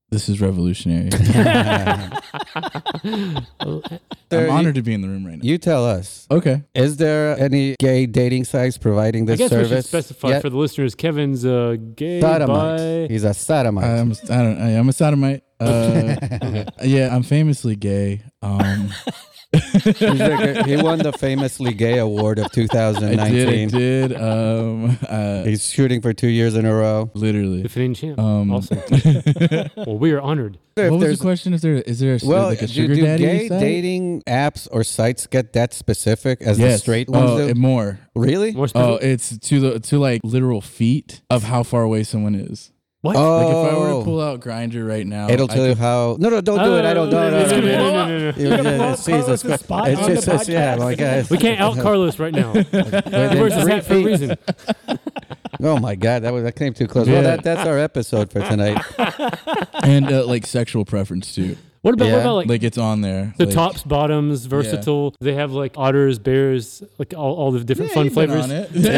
[SPEAKER 4] This is revolutionary. I'm
[SPEAKER 2] There,
[SPEAKER 4] honored to be in the room right now.
[SPEAKER 2] You tell us.
[SPEAKER 4] Okay.
[SPEAKER 2] Is there any gay dating sites providing
[SPEAKER 3] I
[SPEAKER 2] this
[SPEAKER 3] guess we should
[SPEAKER 2] service?
[SPEAKER 3] specify
[SPEAKER 2] yet?
[SPEAKER 3] for the listeners Kevin's uh, gay.
[SPEAKER 2] sodomite.
[SPEAKER 3] Bi-
[SPEAKER 2] He's a sodomite.
[SPEAKER 4] I'm, I don't. I, I'm a sodomite. Uh, yeah, I'm famously gay. Um,
[SPEAKER 2] He's like a- he won the famously gay award of
[SPEAKER 4] I
[SPEAKER 2] 2019.
[SPEAKER 4] did. I did. Um, uh,
[SPEAKER 2] He's shooting for two years in a row.
[SPEAKER 4] literally.
[SPEAKER 3] defending champ.
[SPEAKER 4] Um,
[SPEAKER 3] awesome. well, we are honored.
[SPEAKER 2] If
[SPEAKER 4] What was the
[SPEAKER 2] there's-
[SPEAKER 4] question? If there is there a,
[SPEAKER 2] well,
[SPEAKER 4] like a
[SPEAKER 2] do-
[SPEAKER 4] sugar
[SPEAKER 2] do,
[SPEAKER 4] daddy
[SPEAKER 2] gay
[SPEAKER 4] site?
[SPEAKER 2] dating apps or sites get that specific as the
[SPEAKER 4] Yes.
[SPEAKER 2] straight ones
[SPEAKER 4] Oh,
[SPEAKER 2] do?
[SPEAKER 4] and more.
[SPEAKER 2] really?
[SPEAKER 3] More specific.
[SPEAKER 4] Oh, it's to the to like literal feet of how far away someone is.
[SPEAKER 3] what?
[SPEAKER 2] Oh,
[SPEAKER 4] Like if I were to pull out grinder right now,
[SPEAKER 2] it'll
[SPEAKER 4] I
[SPEAKER 2] tell you
[SPEAKER 4] could- Oh,
[SPEAKER 2] how. No, no, don't do it. I don't. No, no,
[SPEAKER 3] Oh, It's
[SPEAKER 2] no,
[SPEAKER 3] gonna-
[SPEAKER 2] no,
[SPEAKER 3] no,
[SPEAKER 2] no.
[SPEAKER 3] no, no, no.
[SPEAKER 2] You- yeah,
[SPEAKER 1] block
[SPEAKER 2] Jesus
[SPEAKER 1] Carlos's
[SPEAKER 2] Christ.
[SPEAKER 1] spot
[SPEAKER 2] It's
[SPEAKER 1] on the
[SPEAKER 2] just, it's- yeah,
[SPEAKER 1] podcast.
[SPEAKER 2] my guys.
[SPEAKER 3] We can't out Carlos right now. He
[SPEAKER 2] Within
[SPEAKER 3] wears his
[SPEAKER 2] three
[SPEAKER 3] hat for a
[SPEAKER 2] feet.
[SPEAKER 3] reason.
[SPEAKER 2] Oh my God, that was that came too close. Well,
[SPEAKER 4] Yeah.
[SPEAKER 2] that, that's our episode for tonight.
[SPEAKER 4] and uh, like sexual preference too.
[SPEAKER 3] What about what
[SPEAKER 2] Yeah,
[SPEAKER 3] about like,
[SPEAKER 4] Like it's on there.
[SPEAKER 3] the
[SPEAKER 4] like,
[SPEAKER 3] tops, bottoms, versatile? They have like otters, bears, like all, all the different fun
[SPEAKER 4] you've been on
[SPEAKER 3] flavors.
[SPEAKER 4] it.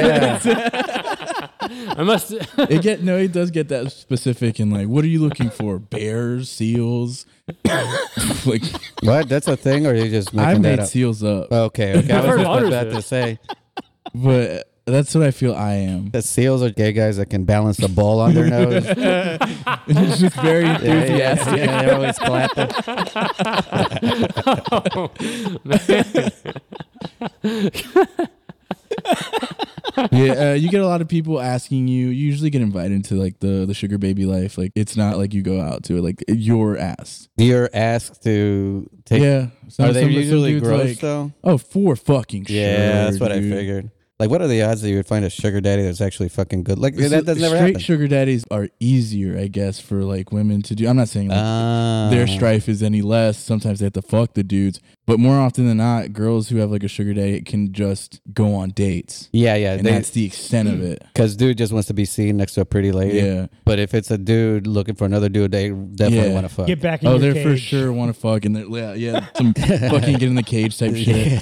[SPEAKER 2] Yeah.
[SPEAKER 3] I must.
[SPEAKER 4] It get no, it does get that specific and like, what are you looking for? Bears, seals, like
[SPEAKER 2] what? That's a thing, or are you just making
[SPEAKER 4] I
[SPEAKER 2] that
[SPEAKER 4] made
[SPEAKER 2] up?
[SPEAKER 4] seals up,
[SPEAKER 2] Okay, okay. I
[SPEAKER 3] I've heard
[SPEAKER 2] was just
[SPEAKER 3] otters
[SPEAKER 2] about
[SPEAKER 3] do
[SPEAKER 2] to
[SPEAKER 3] it.
[SPEAKER 2] say.
[SPEAKER 4] but that's what I feel I am.
[SPEAKER 2] The seals are gay guys that can balance the ball on their nose. yeah,
[SPEAKER 4] It's just very
[SPEAKER 2] yeah,
[SPEAKER 4] enthusiastic.
[SPEAKER 2] yeah, they're always clapping.
[SPEAKER 4] Yeah, uh, you get a lot of people asking you. You usually get invited into like the the sugar baby life. Like it's not like you go out to it. Like you're asked.
[SPEAKER 2] You're asked to take.
[SPEAKER 4] yeah, some,
[SPEAKER 2] Are they
[SPEAKER 4] some- some
[SPEAKER 2] usually
[SPEAKER 4] dude's
[SPEAKER 2] gross
[SPEAKER 4] like,
[SPEAKER 2] though?
[SPEAKER 4] Oh, for fucking sure.
[SPEAKER 2] Yeah, that's what
[SPEAKER 4] dude.
[SPEAKER 2] I figured. Like, what are the odds that you would find a sugar daddy that's actually fucking good? Like,
[SPEAKER 4] So
[SPEAKER 2] that doesn't
[SPEAKER 4] straight
[SPEAKER 2] ever happen.
[SPEAKER 4] sugar daddies are easier, I guess, for like women to do. I'm not saying like
[SPEAKER 2] Ah.
[SPEAKER 4] their strife is any less. Sometimes they have to fuck the dudes, but more often than not, girls who have like a sugar daddy can just go on dates,
[SPEAKER 2] Yeah, yeah.
[SPEAKER 4] and that's the extent of it.
[SPEAKER 2] Because dude just wants to be seen next to a pretty lady.
[SPEAKER 4] Yeah.
[SPEAKER 2] But if it's a dude looking for another dude, they definitely
[SPEAKER 4] Yeah.
[SPEAKER 2] want to fuck.
[SPEAKER 1] Get back in
[SPEAKER 4] Oh,
[SPEAKER 1] your
[SPEAKER 4] they're for
[SPEAKER 1] cage.
[SPEAKER 4] sure want to fuck, and they're yeah, yeah, some fucking get in the cage type shit.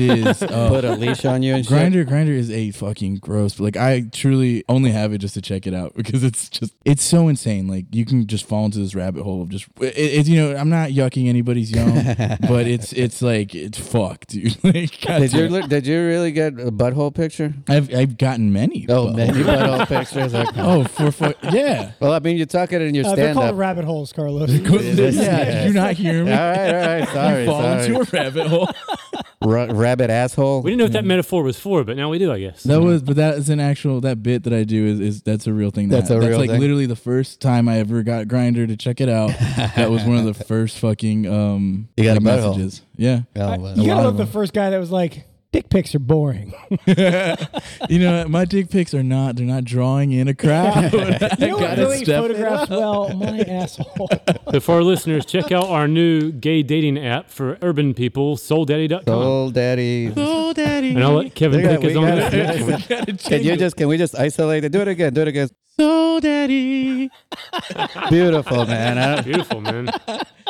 [SPEAKER 4] is.
[SPEAKER 2] Put a
[SPEAKER 4] Uh,
[SPEAKER 2] leash on you and shit.
[SPEAKER 4] Grinder, grinder is a fucking gross. But like, I truly only have it just to check it out because it's just, it's so insane. Like, you can just fall into this rabbit hole of just, it, it's you know, I'm not yucking anybody's yum, but it's it's it's like it's fucked, dude. Like,
[SPEAKER 2] Did you
[SPEAKER 4] goddamn.
[SPEAKER 2] look- did you really get a butthole picture?
[SPEAKER 4] I've I've gotten many.
[SPEAKER 2] Oh,
[SPEAKER 4] but-
[SPEAKER 2] many butthole pictures. Okay.
[SPEAKER 4] Oh, for for yeah.
[SPEAKER 2] Well, I mean, you tuck it in your
[SPEAKER 1] Uh, they're
[SPEAKER 2] stand
[SPEAKER 1] called
[SPEAKER 2] up.
[SPEAKER 1] rabbit holes, Carlos.
[SPEAKER 4] Did
[SPEAKER 2] yeah.
[SPEAKER 4] you not hear me?
[SPEAKER 2] all right, all right. Sorry,
[SPEAKER 4] Fall
[SPEAKER 2] sorry.
[SPEAKER 4] into a rabbit hole.
[SPEAKER 2] Ra- rabbit asshole.
[SPEAKER 3] We didn't know what that metaphor was for, but now we do, I guess.
[SPEAKER 4] That was, but that is an actual that bit that I do is, is that's a real thing.
[SPEAKER 2] That's
[SPEAKER 4] that,
[SPEAKER 2] a real
[SPEAKER 4] like
[SPEAKER 2] thing.
[SPEAKER 4] literally the first time I ever got Grinder to check it out. that was one of the first fucking um
[SPEAKER 2] You got a
[SPEAKER 4] like,
[SPEAKER 2] butthole.
[SPEAKER 4] messages. Yeah,
[SPEAKER 2] Oh,
[SPEAKER 1] you
[SPEAKER 2] well.
[SPEAKER 4] lot
[SPEAKER 1] gotta
[SPEAKER 4] of
[SPEAKER 1] love the
[SPEAKER 4] them.
[SPEAKER 1] first guy that was like, dick pics are boring.
[SPEAKER 4] you know my dick pics are not they're not drawing in a crowd.
[SPEAKER 1] You know what
[SPEAKER 4] gotta
[SPEAKER 1] really
[SPEAKER 4] step it
[SPEAKER 1] photographs well? My asshole.
[SPEAKER 3] So for our listeners, check out our new gay dating app for urban people, souldaddy.com.
[SPEAKER 2] Old daddy.
[SPEAKER 4] oh, daddy.
[SPEAKER 3] and I'll let Kevin
[SPEAKER 2] We got-
[SPEAKER 3] pick his
[SPEAKER 2] we
[SPEAKER 3] own.
[SPEAKER 2] got-
[SPEAKER 3] definition.
[SPEAKER 2] Can you just? Can we just isolate it? Do it again. Do it again.
[SPEAKER 4] so daddy?
[SPEAKER 2] Beautiful, man. I,
[SPEAKER 3] Beautiful, man.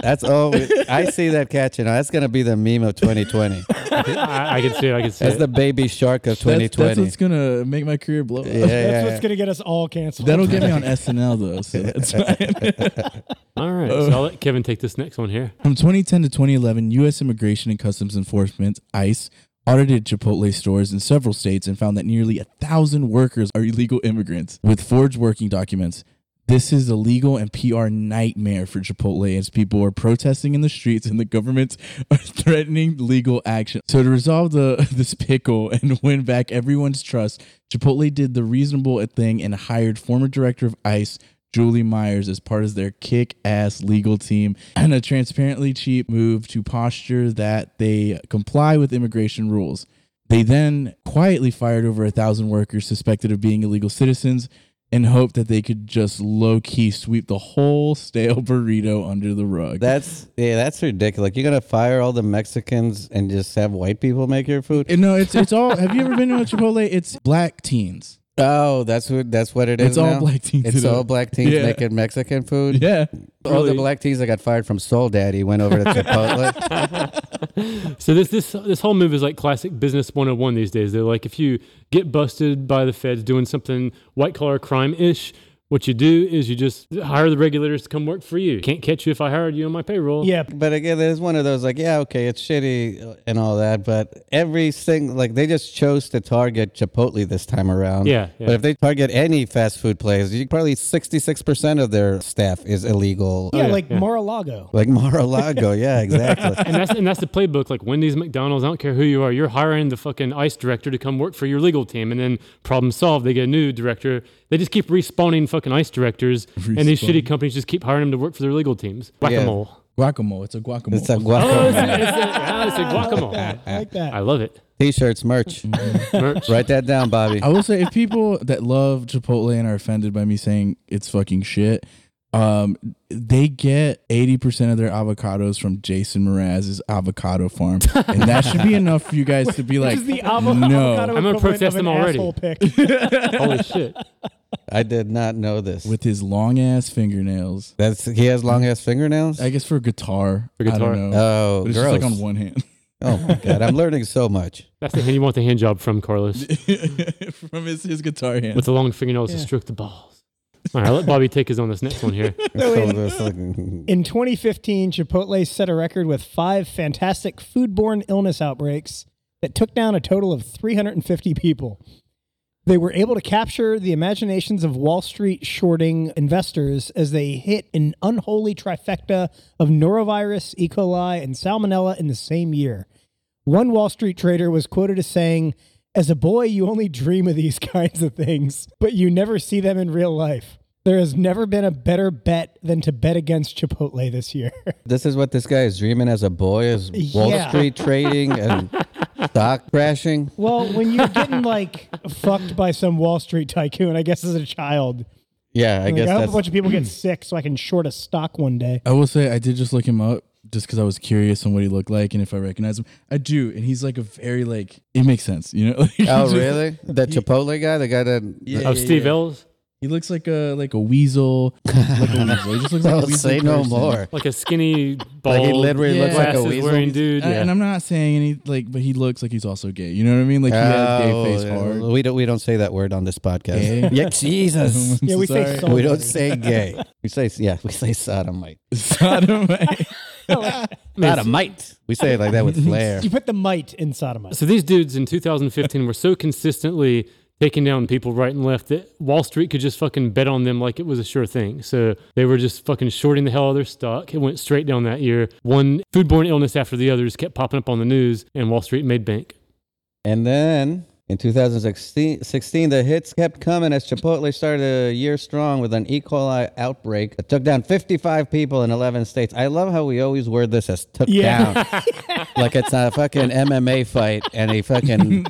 [SPEAKER 2] that's all. We, I see that catching. That's gonna be the meme of 2020.
[SPEAKER 3] I, I can see it. I can see
[SPEAKER 2] That's
[SPEAKER 3] it.
[SPEAKER 2] the baby shark of
[SPEAKER 4] That's, that's
[SPEAKER 2] 2020.
[SPEAKER 4] what's gonna make my career blow up.
[SPEAKER 2] yeah, yeah,
[SPEAKER 1] That's
[SPEAKER 2] yeah.
[SPEAKER 1] what's gonna get us all canceled.
[SPEAKER 4] That'll get me on SNL though, so that's fine.
[SPEAKER 3] All right. So I'll let Kevin take this next one here.
[SPEAKER 4] From 2010 to 2011, U.S. Immigration and Customs Enforcement (ICE) audited Chipotle stores in several states and found that nearly a thousand workers are illegal immigrants with forged working documents. This is a legal and PR nightmare for Chipotle as people are protesting in the streets and the governments are threatening legal action. So to resolve the this pickle and win back everyone's trust, Chipotle did the reasonable thing and hired former director of ICE Julie Myers as part of their kick ass legal team and a transparently cheap move to posture that they comply with immigration rules. They then quietly fired over a thousand workers suspected of being illegal citizens and hoped that they could just low key sweep the whole stale burrito under the rug.
[SPEAKER 2] That's yeah, that's ridiculous. Like, you're gonna fire all the Mexicans and just have white people make your food?
[SPEAKER 4] And no, it's it's all. Have you ever been to a Chipotle? It's black teens.
[SPEAKER 2] Oh, that's what that's what it is.
[SPEAKER 4] It's all
[SPEAKER 2] now?
[SPEAKER 4] black teens.
[SPEAKER 2] It's
[SPEAKER 4] you know?
[SPEAKER 2] all black teens
[SPEAKER 4] Yeah.
[SPEAKER 2] making Mexican food.
[SPEAKER 4] Yeah.
[SPEAKER 2] All the
[SPEAKER 3] Really?
[SPEAKER 2] black teens that got fired from Soul Daddy went over to Chipotle.
[SPEAKER 3] So this this this whole move is like classic business 101 these days. They're like if you get busted by the feds doing something white collar crime ish, what you do is you just hire the regulators to come work for you. Can't catch you if I hired you on my payroll.
[SPEAKER 1] yeah,
[SPEAKER 2] but again, there's one of those like, yeah, okay, it's shitty and all that, but every single like they just chose to target Chipotle this time around.
[SPEAKER 3] Yeah, yeah.
[SPEAKER 2] But if they target any fast food place, you probably 66% of their staff is illegal.
[SPEAKER 1] yeah,
[SPEAKER 3] yeah,
[SPEAKER 1] like
[SPEAKER 3] yeah.
[SPEAKER 1] Mar-a-Lago.
[SPEAKER 2] Like Mar-a-Lago, yeah, exactly.
[SPEAKER 3] And that's and that's the playbook. Like Wendy's, McDonald's, I don't care who you are, you're hiring the fucking ICE director to come work for your legal team, and then problem solved. They get a new director. They just keep respawning fucking ICE directors, and these shitty companies just keep hiring them to work for their legal teams. Whack a mole.
[SPEAKER 4] Guacamole. It's a guacamole.
[SPEAKER 2] It's a
[SPEAKER 3] Oh,
[SPEAKER 2] guapo.
[SPEAKER 3] it's a, it's a- ah, it's a guacamole.
[SPEAKER 1] I like that.
[SPEAKER 3] I love it.
[SPEAKER 2] T-shirts, merch.
[SPEAKER 3] Merch.
[SPEAKER 2] Write that down, Bobby.
[SPEAKER 4] I will say, if people that love Chipotle and are offended by me saying it's fucking shit, um, they get eighty percent of their avocados from Jason Mraz's avocado farm, and that should be enough for you guys to be like,
[SPEAKER 1] Which is the avo-
[SPEAKER 4] no,
[SPEAKER 1] avocado
[SPEAKER 3] I'm gonna
[SPEAKER 1] equivalent of
[SPEAKER 3] protest
[SPEAKER 1] an
[SPEAKER 3] them already.
[SPEAKER 1] asshole pick.
[SPEAKER 3] Holy shit.
[SPEAKER 2] I did not know this.
[SPEAKER 4] with his long ass fingernails.
[SPEAKER 2] That's he has long ass fingernails.
[SPEAKER 4] I guess for guitar,
[SPEAKER 3] For guitar.
[SPEAKER 4] I don't know.
[SPEAKER 2] oh,
[SPEAKER 4] but it's
[SPEAKER 2] gross.
[SPEAKER 4] just like on one hand
[SPEAKER 2] oh my god, I'm learning so much.
[SPEAKER 3] That's the hand you want the hand job from, Carlos.
[SPEAKER 4] from his, his guitar hand.
[SPEAKER 3] With the long fingernails to stroke the balls. All right, I'll let Bobby take us on this next one here.
[SPEAKER 2] So
[SPEAKER 1] in-
[SPEAKER 2] this, like-
[SPEAKER 1] In 2015, Chipotle set a record with five fantastic foodborne illness outbreaks that took down a total of 350 people. They were able to capture the imaginations of Wall Street shorting investors as they hit an unholy trifecta of norovirus, E. coli, and salmonella in the same year. One Wall Street trader was quoted as saying, As a boy, you only dream of these kinds of things, but you never see them in real life. There has never been a better bet than to bet against Chipotle this year.
[SPEAKER 2] this is what this guy is dreaming as a boy is Wall
[SPEAKER 1] Yeah.
[SPEAKER 2] Street trading and stock crashing.
[SPEAKER 1] well, when you're getting like fucked by some Wall Street tycoon, I guess as a child,
[SPEAKER 2] Yeah, I
[SPEAKER 1] like,
[SPEAKER 2] guess
[SPEAKER 1] I hope a
[SPEAKER 2] that's
[SPEAKER 1] bunch of people get sick so I can short a stock one day.
[SPEAKER 4] I will say I did just look him up just because I was curious on what he looked like and if I recognize him. I do, and he's like a very like it makes sense, you know. Like,
[SPEAKER 2] Oh
[SPEAKER 4] just-
[SPEAKER 2] really? That Chipotle guy, the guy that
[SPEAKER 3] of Steve Ells.
[SPEAKER 4] He looks like a like a weasel. like a weasel. He just looks like a
[SPEAKER 2] Well,
[SPEAKER 4] weasel.
[SPEAKER 2] say no
[SPEAKER 4] person. Oh,
[SPEAKER 2] more.
[SPEAKER 3] Like a skinny, bald,
[SPEAKER 2] Like he literally
[SPEAKER 4] Yeah.
[SPEAKER 2] looks like a
[SPEAKER 3] glasses
[SPEAKER 2] weasel.
[SPEAKER 3] wearing dude.
[SPEAKER 4] Uh, And- And I'm not saying any like, but he looks like he's also gay. You know what I mean? Like he has
[SPEAKER 2] Oh,
[SPEAKER 4] gay face
[SPEAKER 2] yeah.
[SPEAKER 4] hard.
[SPEAKER 2] We don't we don't say that word on this podcast.
[SPEAKER 4] Gay?
[SPEAKER 2] Yeah, Jesus.
[SPEAKER 1] Yeah, we say
[SPEAKER 4] Sorry.
[SPEAKER 1] so-
[SPEAKER 2] we don't say gay. We say yeah, we say sodomite.
[SPEAKER 4] Sodomite.
[SPEAKER 2] Sodomite. We say it like that with flair.
[SPEAKER 1] You put the might in sodomite.
[SPEAKER 3] So these dudes in 2015 were so consistently taking down people right and left that Wall Street could just fucking bet on them like it was a sure thing. So they were just fucking shorting the hell out of their stock. It went straight down that year. One foodborne illness after the other just kept popping up on the news, and Wall Street made bank.
[SPEAKER 2] And then in 2016, 16, the hits kept coming as Chipotle started a year strong with an E. coli outbreak. It took down 55 people in 11 states. I love how we always word this as took
[SPEAKER 1] Yeah.
[SPEAKER 2] down. like it's a fucking MMA fight and they fucking,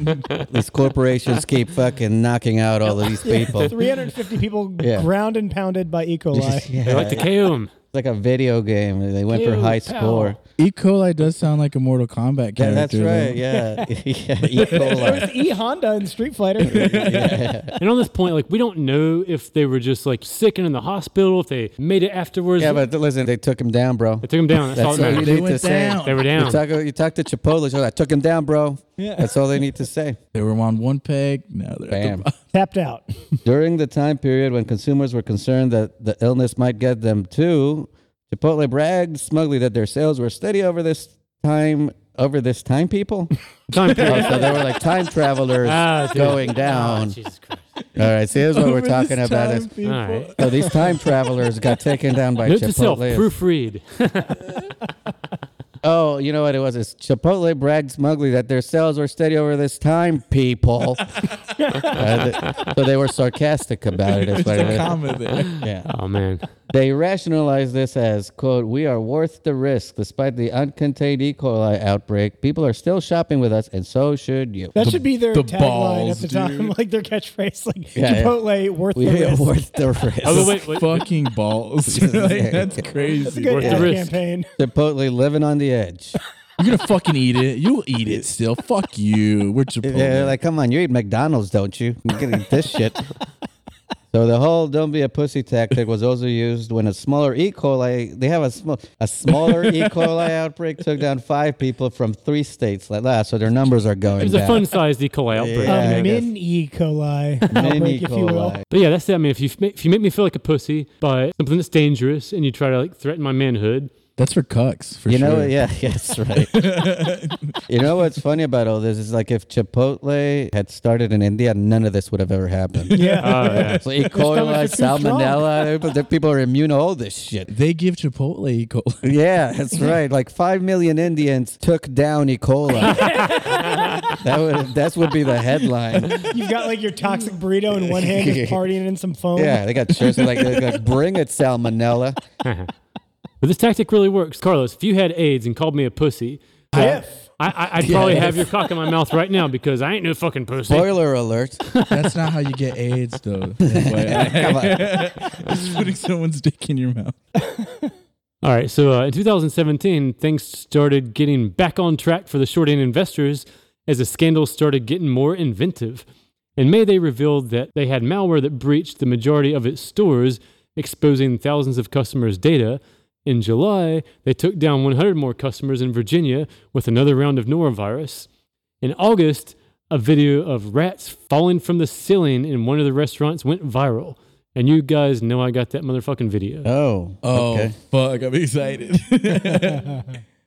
[SPEAKER 2] these corporations keep fucking knocking out all of these people.
[SPEAKER 1] 350 people
[SPEAKER 2] Yeah.
[SPEAKER 1] ground and pounded by E. coli.
[SPEAKER 3] They like to KO 'em.
[SPEAKER 2] It's like a video game. They went for
[SPEAKER 3] Ew,
[SPEAKER 2] high
[SPEAKER 3] pal.
[SPEAKER 2] score.
[SPEAKER 4] E. coli does sound like a Mortal Kombat character.
[SPEAKER 2] Yeah, that's
[SPEAKER 4] though.
[SPEAKER 2] right. Yeah. yeah. E.
[SPEAKER 1] There
[SPEAKER 2] coli.
[SPEAKER 1] was E. Honda in Street Fighter.
[SPEAKER 3] And on this point, like we don't know if they were just like sick and in the hospital, if they made it afterwards.
[SPEAKER 2] Yeah, but listen, they took him down, bro.
[SPEAKER 3] they took them down. That's, all
[SPEAKER 2] That's
[SPEAKER 3] that
[SPEAKER 2] all you
[SPEAKER 3] mattered.
[SPEAKER 4] They
[SPEAKER 2] need
[SPEAKER 4] went
[SPEAKER 2] to say.
[SPEAKER 4] down.
[SPEAKER 3] They were down.
[SPEAKER 2] You talk, you talk to Chipotle. so I took him down, bro.
[SPEAKER 1] Yeah.
[SPEAKER 2] That's all they need to say.
[SPEAKER 4] They were on one peg. Now they're at the
[SPEAKER 2] Bam.
[SPEAKER 4] bottom.
[SPEAKER 1] Tapped out.
[SPEAKER 2] During the time period when consumers were concerned that the illness might get them too, Chipotle bragged smugly that their sales were steady over this time. Over this time, people.
[SPEAKER 3] Time
[SPEAKER 2] Oh,
[SPEAKER 3] period.
[SPEAKER 2] so they were like time travelers
[SPEAKER 3] Ah, dude.
[SPEAKER 2] going
[SPEAKER 3] Ah,
[SPEAKER 2] down.
[SPEAKER 3] Jesus Christ.
[SPEAKER 2] all right, see, here's what we're
[SPEAKER 4] Over
[SPEAKER 2] talking
[SPEAKER 4] this
[SPEAKER 2] about.
[SPEAKER 4] time,
[SPEAKER 2] Is,
[SPEAKER 4] people.
[SPEAKER 3] All right.
[SPEAKER 2] so these time travelers got taken down by
[SPEAKER 3] Note to self,
[SPEAKER 2] Chipotle.
[SPEAKER 3] proofread.
[SPEAKER 2] Oh, you know what it was? It's Chipotle bragged smugly that their sales were steady over this time, people. Uh, th- so they were sarcastic about it. Is what it
[SPEAKER 4] It's a
[SPEAKER 2] is.
[SPEAKER 4] comma there.
[SPEAKER 2] Yeah.
[SPEAKER 3] Oh man.
[SPEAKER 2] They rationalized this as, quote, we are worth the risk. Despite the uncontained E. coli outbreak, people are still shopping with us, and so should you.
[SPEAKER 1] That should be their
[SPEAKER 4] the
[SPEAKER 1] tagline
[SPEAKER 4] balls,
[SPEAKER 1] at the time,
[SPEAKER 4] dude.
[SPEAKER 1] like their catchphrase, like
[SPEAKER 2] Yeah, yeah.
[SPEAKER 1] Chipotle worth
[SPEAKER 2] We
[SPEAKER 1] the
[SPEAKER 2] are
[SPEAKER 1] risk.
[SPEAKER 2] worth the
[SPEAKER 3] Oh,
[SPEAKER 2] risk.
[SPEAKER 3] wait, wait.
[SPEAKER 4] Fucking balls. Like, that's
[SPEAKER 1] That's a
[SPEAKER 4] crazy.
[SPEAKER 1] good
[SPEAKER 3] worth the
[SPEAKER 1] ad
[SPEAKER 3] risk.
[SPEAKER 1] campaign.
[SPEAKER 2] Chipotle living on the edge.
[SPEAKER 4] You're gonna fucking eat it. You'll eat it still. Fuck you. We're Chipotle.
[SPEAKER 2] Yeah, like, come on, you eat McDonald's, don't you? You can eat this shit. So the whole "don't be a pussy" tactic was also used when a smaller E. coli. They have a small, a smaller E. coli outbreak took down five people from three states like that. So their numbers are going
[SPEAKER 3] It was
[SPEAKER 2] down.
[SPEAKER 3] a fun sized E. coli outbreak.
[SPEAKER 2] Yeah, I
[SPEAKER 1] a
[SPEAKER 2] guess.
[SPEAKER 1] min E. coli
[SPEAKER 2] Mini
[SPEAKER 1] outbreak, if you will.
[SPEAKER 2] E. coli.
[SPEAKER 3] But yeah, that's it. I mean, if you ma- if you make me feel like a pussy by something that's dangerous and you try to like threaten my manhood,
[SPEAKER 4] That's for cucks. For
[SPEAKER 2] You
[SPEAKER 4] sure.
[SPEAKER 2] know, yeah, yes, right. you know what's funny about all this is like if Chipotle had started in India, none of this would have ever happened.
[SPEAKER 1] Yeah.
[SPEAKER 3] oh, yeah.
[SPEAKER 2] So E. coli,
[SPEAKER 1] It's coming if you're too
[SPEAKER 2] salmonella, the people are immune to all this shit.
[SPEAKER 4] They give Chipotle E. coli.
[SPEAKER 2] Yeah, that's right. Like five million Indians took down E. coli. that would that would be the headline.
[SPEAKER 1] You've got like your toxic burrito in one hand, just partying in some foam.
[SPEAKER 2] Yeah, they got shirts like, they're like "Bring it, Salmonella."
[SPEAKER 3] but this tactic really works, Carlos. If you had AIDS and called me a pussy,
[SPEAKER 1] If
[SPEAKER 3] I, I I'd probably have your cock in my mouth right now because I ain't no fucking pussy.
[SPEAKER 2] Spoiler alert!
[SPEAKER 4] That's not how you get AIDS, though. That's
[SPEAKER 2] Come on.
[SPEAKER 4] why- putting someone's dick in your mouth.
[SPEAKER 3] All right, so uh, in 2017, things started getting back on track for the short end investors as the scandals started getting more inventive. In May, they revealed that they had malware that breached the majority of its stores, exposing thousands of customers' data. In July, they took down 100 more customers in Virginia with another round of norovirus. In August, a video of rats falling from the ceiling in one of the restaurants went viral. And you guys know I got that motherfucking video.
[SPEAKER 2] Oh,
[SPEAKER 4] Oh
[SPEAKER 2] okay.
[SPEAKER 4] fuck! I'm excited.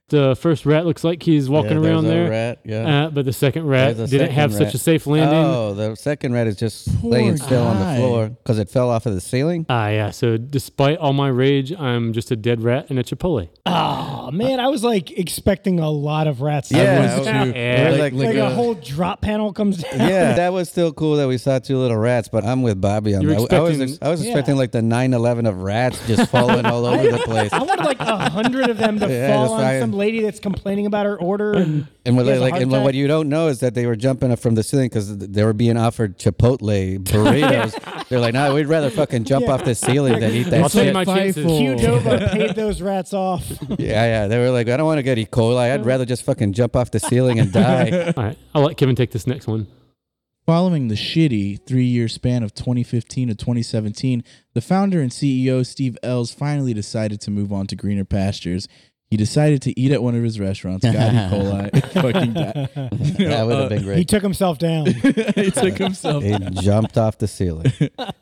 [SPEAKER 3] The first rat looks like he's walking
[SPEAKER 2] Yeah, there's
[SPEAKER 3] around
[SPEAKER 2] a
[SPEAKER 3] there.
[SPEAKER 2] rat, yeah.
[SPEAKER 3] Uh, but the second rat
[SPEAKER 2] There's a
[SPEAKER 3] didn't
[SPEAKER 2] second
[SPEAKER 3] have such
[SPEAKER 2] rat.
[SPEAKER 3] a safe landing.
[SPEAKER 2] Oh, the second rat is just laying
[SPEAKER 4] Poor
[SPEAKER 2] still on
[SPEAKER 4] guy.
[SPEAKER 2] the floor because it fell off of the ceiling.
[SPEAKER 3] Ah, yeah. So despite all my rage, I'm just a dead rat in a Chipotle.
[SPEAKER 1] oh man, I was like expecting a lot of rats.
[SPEAKER 2] Yeah,
[SPEAKER 4] was
[SPEAKER 2] I-
[SPEAKER 4] too.
[SPEAKER 2] yeah, like,
[SPEAKER 3] Like-
[SPEAKER 1] like,
[SPEAKER 2] like
[SPEAKER 1] a
[SPEAKER 2] a-
[SPEAKER 1] whole drop panel comes down.
[SPEAKER 2] yeah, that was still cool that we saw two little rats, but I'm with Bobby on
[SPEAKER 3] You were
[SPEAKER 2] that. I was,
[SPEAKER 3] expecting-
[SPEAKER 2] ex- I was
[SPEAKER 1] Yeah.
[SPEAKER 2] expecting like the 9/11 of rats just falling all over the place.
[SPEAKER 1] I wanted like a hundred of them to
[SPEAKER 2] Yeah,
[SPEAKER 1] fall
[SPEAKER 2] that's
[SPEAKER 1] on
[SPEAKER 2] right.
[SPEAKER 1] some lady that's complaining about her order. And
[SPEAKER 2] And what,
[SPEAKER 1] He has a
[SPEAKER 2] they, like,
[SPEAKER 1] heart
[SPEAKER 2] and what,
[SPEAKER 1] attack.
[SPEAKER 2] what you don't know is that they were jumping up from the ceiling because they were being offered Chipotle burritos. They're like, no, we'd rather fucking jump
[SPEAKER 1] Yeah.
[SPEAKER 2] off the ceiling than eat that
[SPEAKER 3] I'll take
[SPEAKER 2] shit.
[SPEAKER 3] my chances.
[SPEAKER 1] Hugh
[SPEAKER 4] Fightful.
[SPEAKER 1] Nova paid those rats off.
[SPEAKER 2] yeah, yeah. They were like, I don't want to get E. coli. I'd rather just fucking jump off the ceiling and die.
[SPEAKER 3] all right, I'll let Kevin take this next one.
[SPEAKER 4] Following the shitty three year span of 2015 to 2017, the founder and CEO Steve Ells finally decided to move on to greener pastures. He decided to eat at one of his restaurants, got E. coli, and fucking died. You know,
[SPEAKER 2] that would have
[SPEAKER 4] uh,
[SPEAKER 2] been
[SPEAKER 1] He
[SPEAKER 2] great.
[SPEAKER 1] took himself down.
[SPEAKER 4] he took himself
[SPEAKER 2] He jumped off the ceiling.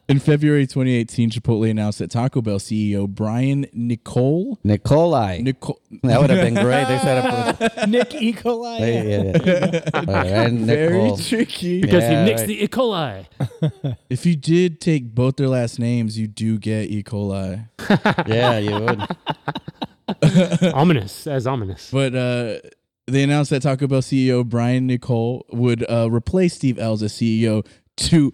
[SPEAKER 4] In February 2018, Chipotle announced that Taco Bell CEO Brian Nicole
[SPEAKER 2] Nikolai.
[SPEAKER 4] Nicole
[SPEAKER 2] that would have been great. They set up. a-
[SPEAKER 1] Nick E. coli.
[SPEAKER 2] They- yeah, yeah. All right, and
[SPEAKER 4] very
[SPEAKER 2] Nicole.
[SPEAKER 4] tricky.
[SPEAKER 3] Because
[SPEAKER 2] Yeah,
[SPEAKER 3] he nicks
[SPEAKER 2] right.
[SPEAKER 3] the E. coli.
[SPEAKER 4] If you did take both their last names, you do get E. coli.
[SPEAKER 2] Yeah, you would.
[SPEAKER 3] ominous, as ominous.
[SPEAKER 4] But uh, they announced that Taco Bell CEO Brian Nicole would uh, replace Steve Ells as CEO to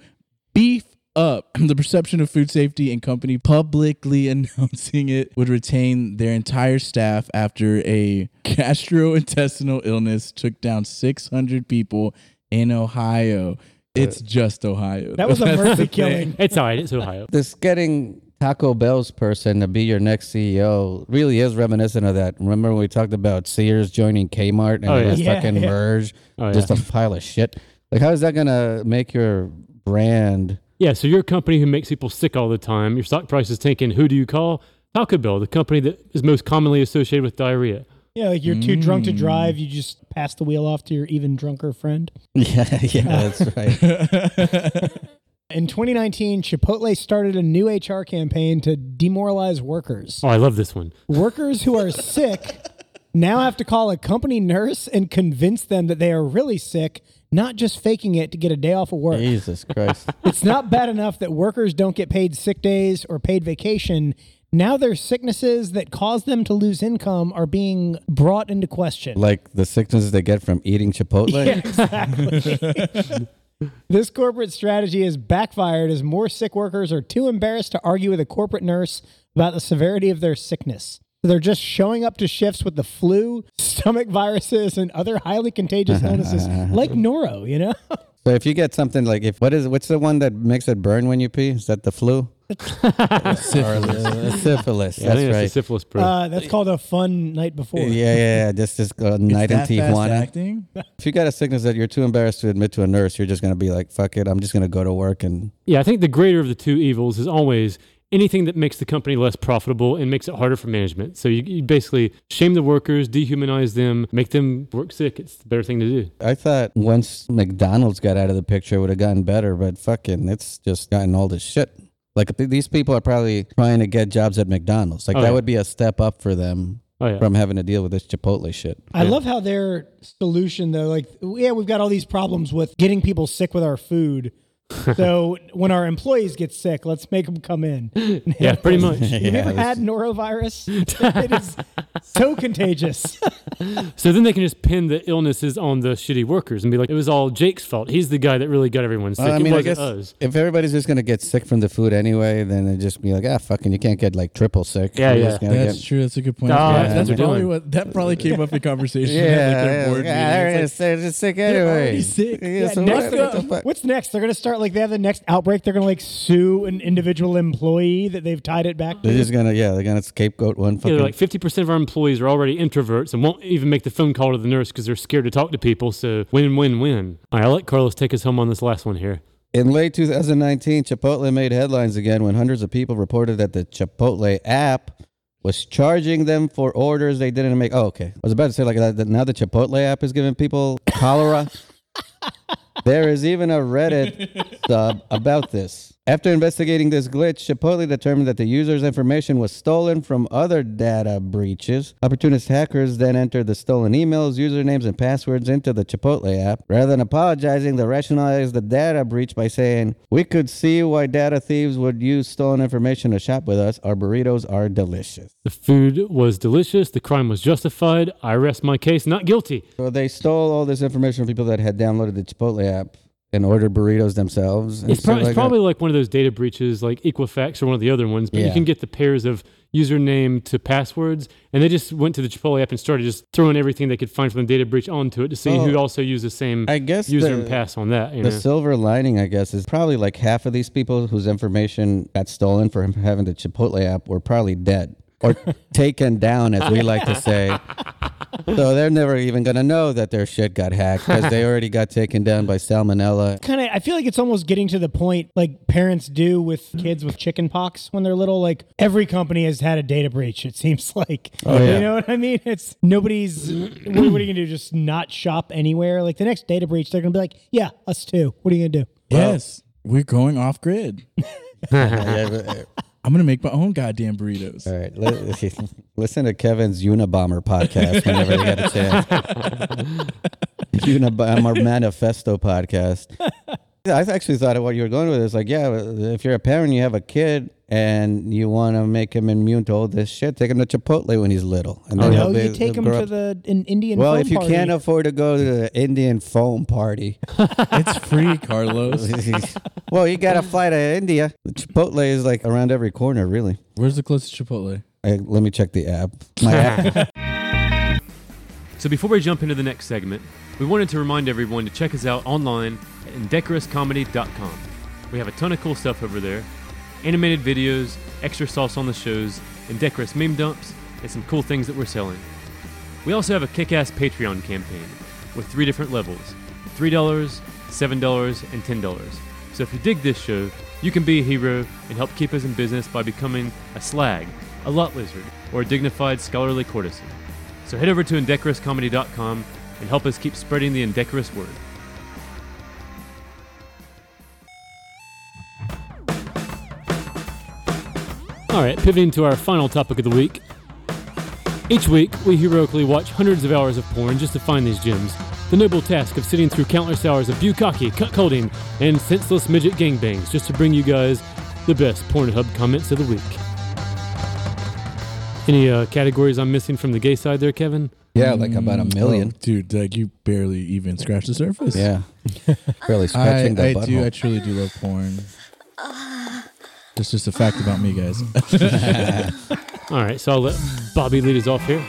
[SPEAKER 4] beef up the perception of food safety and company publicly announcing it would retain their entire staff after a gastrointestinal illness took down 600 people in Ohio. It's just Ohio.
[SPEAKER 1] That was a
[SPEAKER 4] That's the
[SPEAKER 1] mercy
[SPEAKER 4] thing.
[SPEAKER 1] killing.
[SPEAKER 3] It's all right. It's Ohio.
[SPEAKER 2] This getting Taco Bell's person to be your next CEO really is reminiscent of that. Remember when we talked about Sears joining Kmart and
[SPEAKER 3] Oh,
[SPEAKER 2] it
[SPEAKER 3] yeah.
[SPEAKER 2] was
[SPEAKER 1] Yeah,
[SPEAKER 2] fucking
[SPEAKER 1] yeah.
[SPEAKER 2] merge,
[SPEAKER 3] Oh,
[SPEAKER 2] just
[SPEAKER 3] yeah.
[SPEAKER 2] a pile of shit. Like, how is that gonna make your brand?
[SPEAKER 3] Yeah, so you're a company who makes people sick all the time. Your stock price is tanking. Who do you call? Taco Bell, the company that is most commonly associated with diarrhea.
[SPEAKER 1] Yeah, like you're too drunk to drive. You just pass the wheel off to your even drunker friend.
[SPEAKER 2] Yeah, yeah, that's right.
[SPEAKER 1] In 2019, Chipotle started a new HR campaign to demoralize workers.
[SPEAKER 3] Oh, I love this one.
[SPEAKER 1] Workers who are sick now have to call a company nurse and convince them that they are really sick, not just faking it to get a day off of work.
[SPEAKER 2] Jesus Christ.
[SPEAKER 1] It's not bad enough that workers don't get paid sick days or paid vacation. Now their sicknesses that cause them to lose income are being brought into question.
[SPEAKER 2] Like the sicknesses they get from eating Chipotle.
[SPEAKER 1] Yeah, exactly. this corporate strategy has backfired as more sick workers are too embarrassed to argue with a corporate nurse about the severity of their sickness. So they're just showing up to shifts with the flu, stomach viruses, and other highly contagious illnesses like Noro, you know?
[SPEAKER 2] So if you get something like if what is what's the one that makes it burn when you pee? Is that the flu? Syphilis. syphilis.
[SPEAKER 3] I
[SPEAKER 2] That's
[SPEAKER 3] think that's the
[SPEAKER 2] right.
[SPEAKER 3] syphilis proof.
[SPEAKER 1] Uh, that's called a fun night before.
[SPEAKER 2] yeah, yeah, yeah. Just just go night in
[SPEAKER 4] That fast
[SPEAKER 2] Tijuana.
[SPEAKER 4] acting?
[SPEAKER 2] If you got a sickness that you're too embarrassed to admit to a nurse, you're just gonna be like, "Fuck it, I'm just gonna go to work." And
[SPEAKER 3] yeah, I think the greater of the two evils is always anything that makes the company less profitable and makes it harder for management. So you, you basically shame the workers, dehumanize them, make them work sick. It's the better thing to do.
[SPEAKER 2] I thought once McDonald's got out of the picture, it would have gotten better. But fucking, it's just gotten all this shit. Like th- these people are probably trying to get jobs at McDonald's. Like
[SPEAKER 3] Oh,
[SPEAKER 2] that
[SPEAKER 3] yeah.
[SPEAKER 2] would be a step up for them
[SPEAKER 3] Oh, yeah.
[SPEAKER 2] from having to deal with this Chipotle shit.
[SPEAKER 1] I love how their solution though, like yeah, we've got all these problems with getting people sick with our food. so when our employees get sick, let's make them come in.
[SPEAKER 3] yeah, pretty much.
[SPEAKER 1] You've
[SPEAKER 2] Yeah,
[SPEAKER 1] ever had
[SPEAKER 2] that's-
[SPEAKER 1] norovirus? it is so contagious.
[SPEAKER 3] So then they can just pin the illnesses on the shitty workers and be like, it was all Jake's fault. He's the guy that really got everyone sick.
[SPEAKER 2] Well, I
[SPEAKER 3] it
[SPEAKER 2] mean, I
[SPEAKER 3] wasn't
[SPEAKER 2] guess
[SPEAKER 3] us.
[SPEAKER 2] if everybody's just gonna get sick from the food anyway, then it just be like, ah, fucking, you can't get like triple sick.
[SPEAKER 3] Yeah,
[SPEAKER 2] You're
[SPEAKER 3] yeah.
[SPEAKER 2] just gonna
[SPEAKER 4] That's
[SPEAKER 2] get-
[SPEAKER 4] true. That's a good point.
[SPEAKER 3] Oh,
[SPEAKER 4] Yeah,
[SPEAKER 3] that's what they're
[SPEAKER 4] probably
[SPEAKER 3] doing.
[SPEAKER 4] what that probably came up in conversation.
[SPEAKER 2] Yeah,
[SPEAKER 4] at, like, their
[SPEAKER 2] yeah,
[SPEAKER 4] board meeting.
[SPEAKER 2] yeah,
[SPEAKER 4] It's like,
[SPEAKER 2] it's- they're just sick
[SPEAKER 4] already
[SPEAKER 2] anyway.
[SPEAKER 4] sick.
[SPEAKER 2] Yeah,
[SPEAKER 1] Yeah,
[SPEAKER 2] so
[SPEAKER 1] next,
[SPEAKER 2] what the
[SPEAKER 1] up-
[SPEAKER 2] fuck?
[SPEAKER 1] what's next? They're gonna start like they have the next outbreak. They're gonna like sue an individual employee that they've tied it back
[SPEAKER 2] They're
[SPEAKER 1] to.
[SPEAKER 2] just gonna, yeah, they're gonna scapegoat one
[SPEAKER 3] Yeah,
[SPEAKER 2] fucking.
[SPEAKER 3] they're like 50% of our employees are already introverts and won't even make the phone call to the nurse because they're scared to talk to people. So win, win, win. All right, I'll let Carlos take us home on this last one here.
[SPEAKER 2] In late 2019, Chipotle made headlines again when hundreds of people reported that the Chipotle app was charging them for orders they didn't make. Oh, okay. I was about to say like that, that now the Chipotle app is giving people cholera. there is even a Reddit sub about this. After investigating this glitch, Chipotle determined that the user's information was stolen from other data breaches. Opportunist hackers then entered the stolen emails, usernames, and passwords into the Chipotle app. Rather than apologizing, they rationalized the data breach by saying, We could see why data thieves would use stolen information to shop with us. Our burritos are delicious.
[SPEAKER 3] The food was delicious. The crime was justified. I rest my case. Not guilty.
[SPEAKER 2] So they stole all this information from people that had downloaded the Chipotle app and ordered burritos themselves. and
[SPEAKER 3] It's,
[SPEAKER 2] stuff
[SPEAKER 3] prob- it's
[SPEAKER 2] like that.
[SPEAKER 3] probably like one of those data breaches, like Equifax or one of the other ones, but you
[SPEAKER 2] Yeah.
[SPEAKER 3] can get the pairs of username to passwords. And they just went to the Chipotle app and started just throwing everything they could find from the data breach onto it to see
[SPEAKER 2] Well,
[SPEAKER 3] who also used the same
[SPEAKER 2] I guess
[SPEAKER 3] user
[SPEAKER 2] the-
[SPEAKER 3] and pass on that. You
[SPEAKER 2] The
[SPEAKER 3] know?
[SPEAKER 2] silver lining, I guess, is probably like half of these people whose information got stolen for him having the Chipotle app were probably dead or taken down, as we like to say. so they're never even gonna know that their shit got hacked because they already got taken down by salmonella.
[SPEAKER 1] kind of I feel like it's almost getting to the point like parents do with kids with chicken pox when they're little. Like every company has had a data breach, it seems like.
[SPEAKER 2] Oh, yeah.
[SPEAKER 1] You know what I mean? It's nobody's what, what are you gonna do? Just not shop anywhere? Like the next data breach, they're gonna be like, Yeah, us too. What are you gonna do?
[SPEAKER 4] Yes, we're going off grid.
[SPEAKER 2] Yeah, but-
[SPEAKER 4] I'm gonna make my own goddamn burritos.
[SPEAKER 2] All right, li- listen to Kevin's Unabomber podcast whenever you get a chance. Unabomber Manifesto podcast. Yeah, I actually thought of what you were going with. It's like, yeah, if you're a parent, you have a kid, and you want to make him immune to all this shit, take him to Chipotle when he's little, and then
[SPEAKER 1] Oh,
[SPEAKER 2] he'll
[SPEAKER 1] you
[SPEAKER 2] be-
[SPEAKER 1] take
[SPEAKER 2] he'll
[SPEAKER 1] them
[SPEAKER 2] grow
[SPEAKER 1] to
[SPEAKER 2] up-
[SPEAKER 1] the an Indian
[SPEAKER 2] Well,
[SPEAKER 1] foam
[SPEAKER 2] if you
[SPEAKER 1] party.
[SPEAKER 2] can't uh, afford to go to the Indian foam party,
[SPEAKER 4] It's free, Carlos.
[SPEAKER 2] well, you got to fly to India. Chipotle is like around every corner, really.
[SPEAKER 4] Where's the closest Chipotle?
[SPEAKER 2] I, let me check the app. My app.
[SPEAKER 3] So before we jump into the next segment, we wanted to remind everyone to check us out online at indecorouscomedy.com. We have a ton of cool stuff over there animated videos, extra sauce on the shows, indecorous meme dumps, and some cool things that we're selling. We also have a kick ass Patreon campaign with three different levels $3, $7, and $10. So if you dig this show, you can be a hero and help keep us in business by becoming a slag, a lot lizard, or a dignified scholarly courtesan. So head over to indecorouscomedy.com and help us keep spreading the indecorous word. All right, pivoting to our final topic of the week. Each week, we heroically watch hundreds of hours of porn just to find these gems. The noble task of sitting through countless hours of bukkake, cuckolding, and senseless midget gangbangs just to bring you guys the best Pornhub comments of the week. Any uh, categories I'm missing from the gay side there, Kevin?
[SPEAKER 2] Yeah, like about a million.
[SPEAKER 4] Oh, dude. Like you barely even scratched the surface.
[SPEAKER 2] Yeah. Really
[SPEAKER 4] I,
[SPEAKER 2] scratching
[SPEAKER 4] I
[SPEAKER 2] the
[SPEAKER 4] do. I
[SPEAKER 2] butthole.
[SPEAKER 4] truly do love porn. That's just a fact about me, guys.
[SPEAKER 3] All right, so I'll let Bobby lead us off here.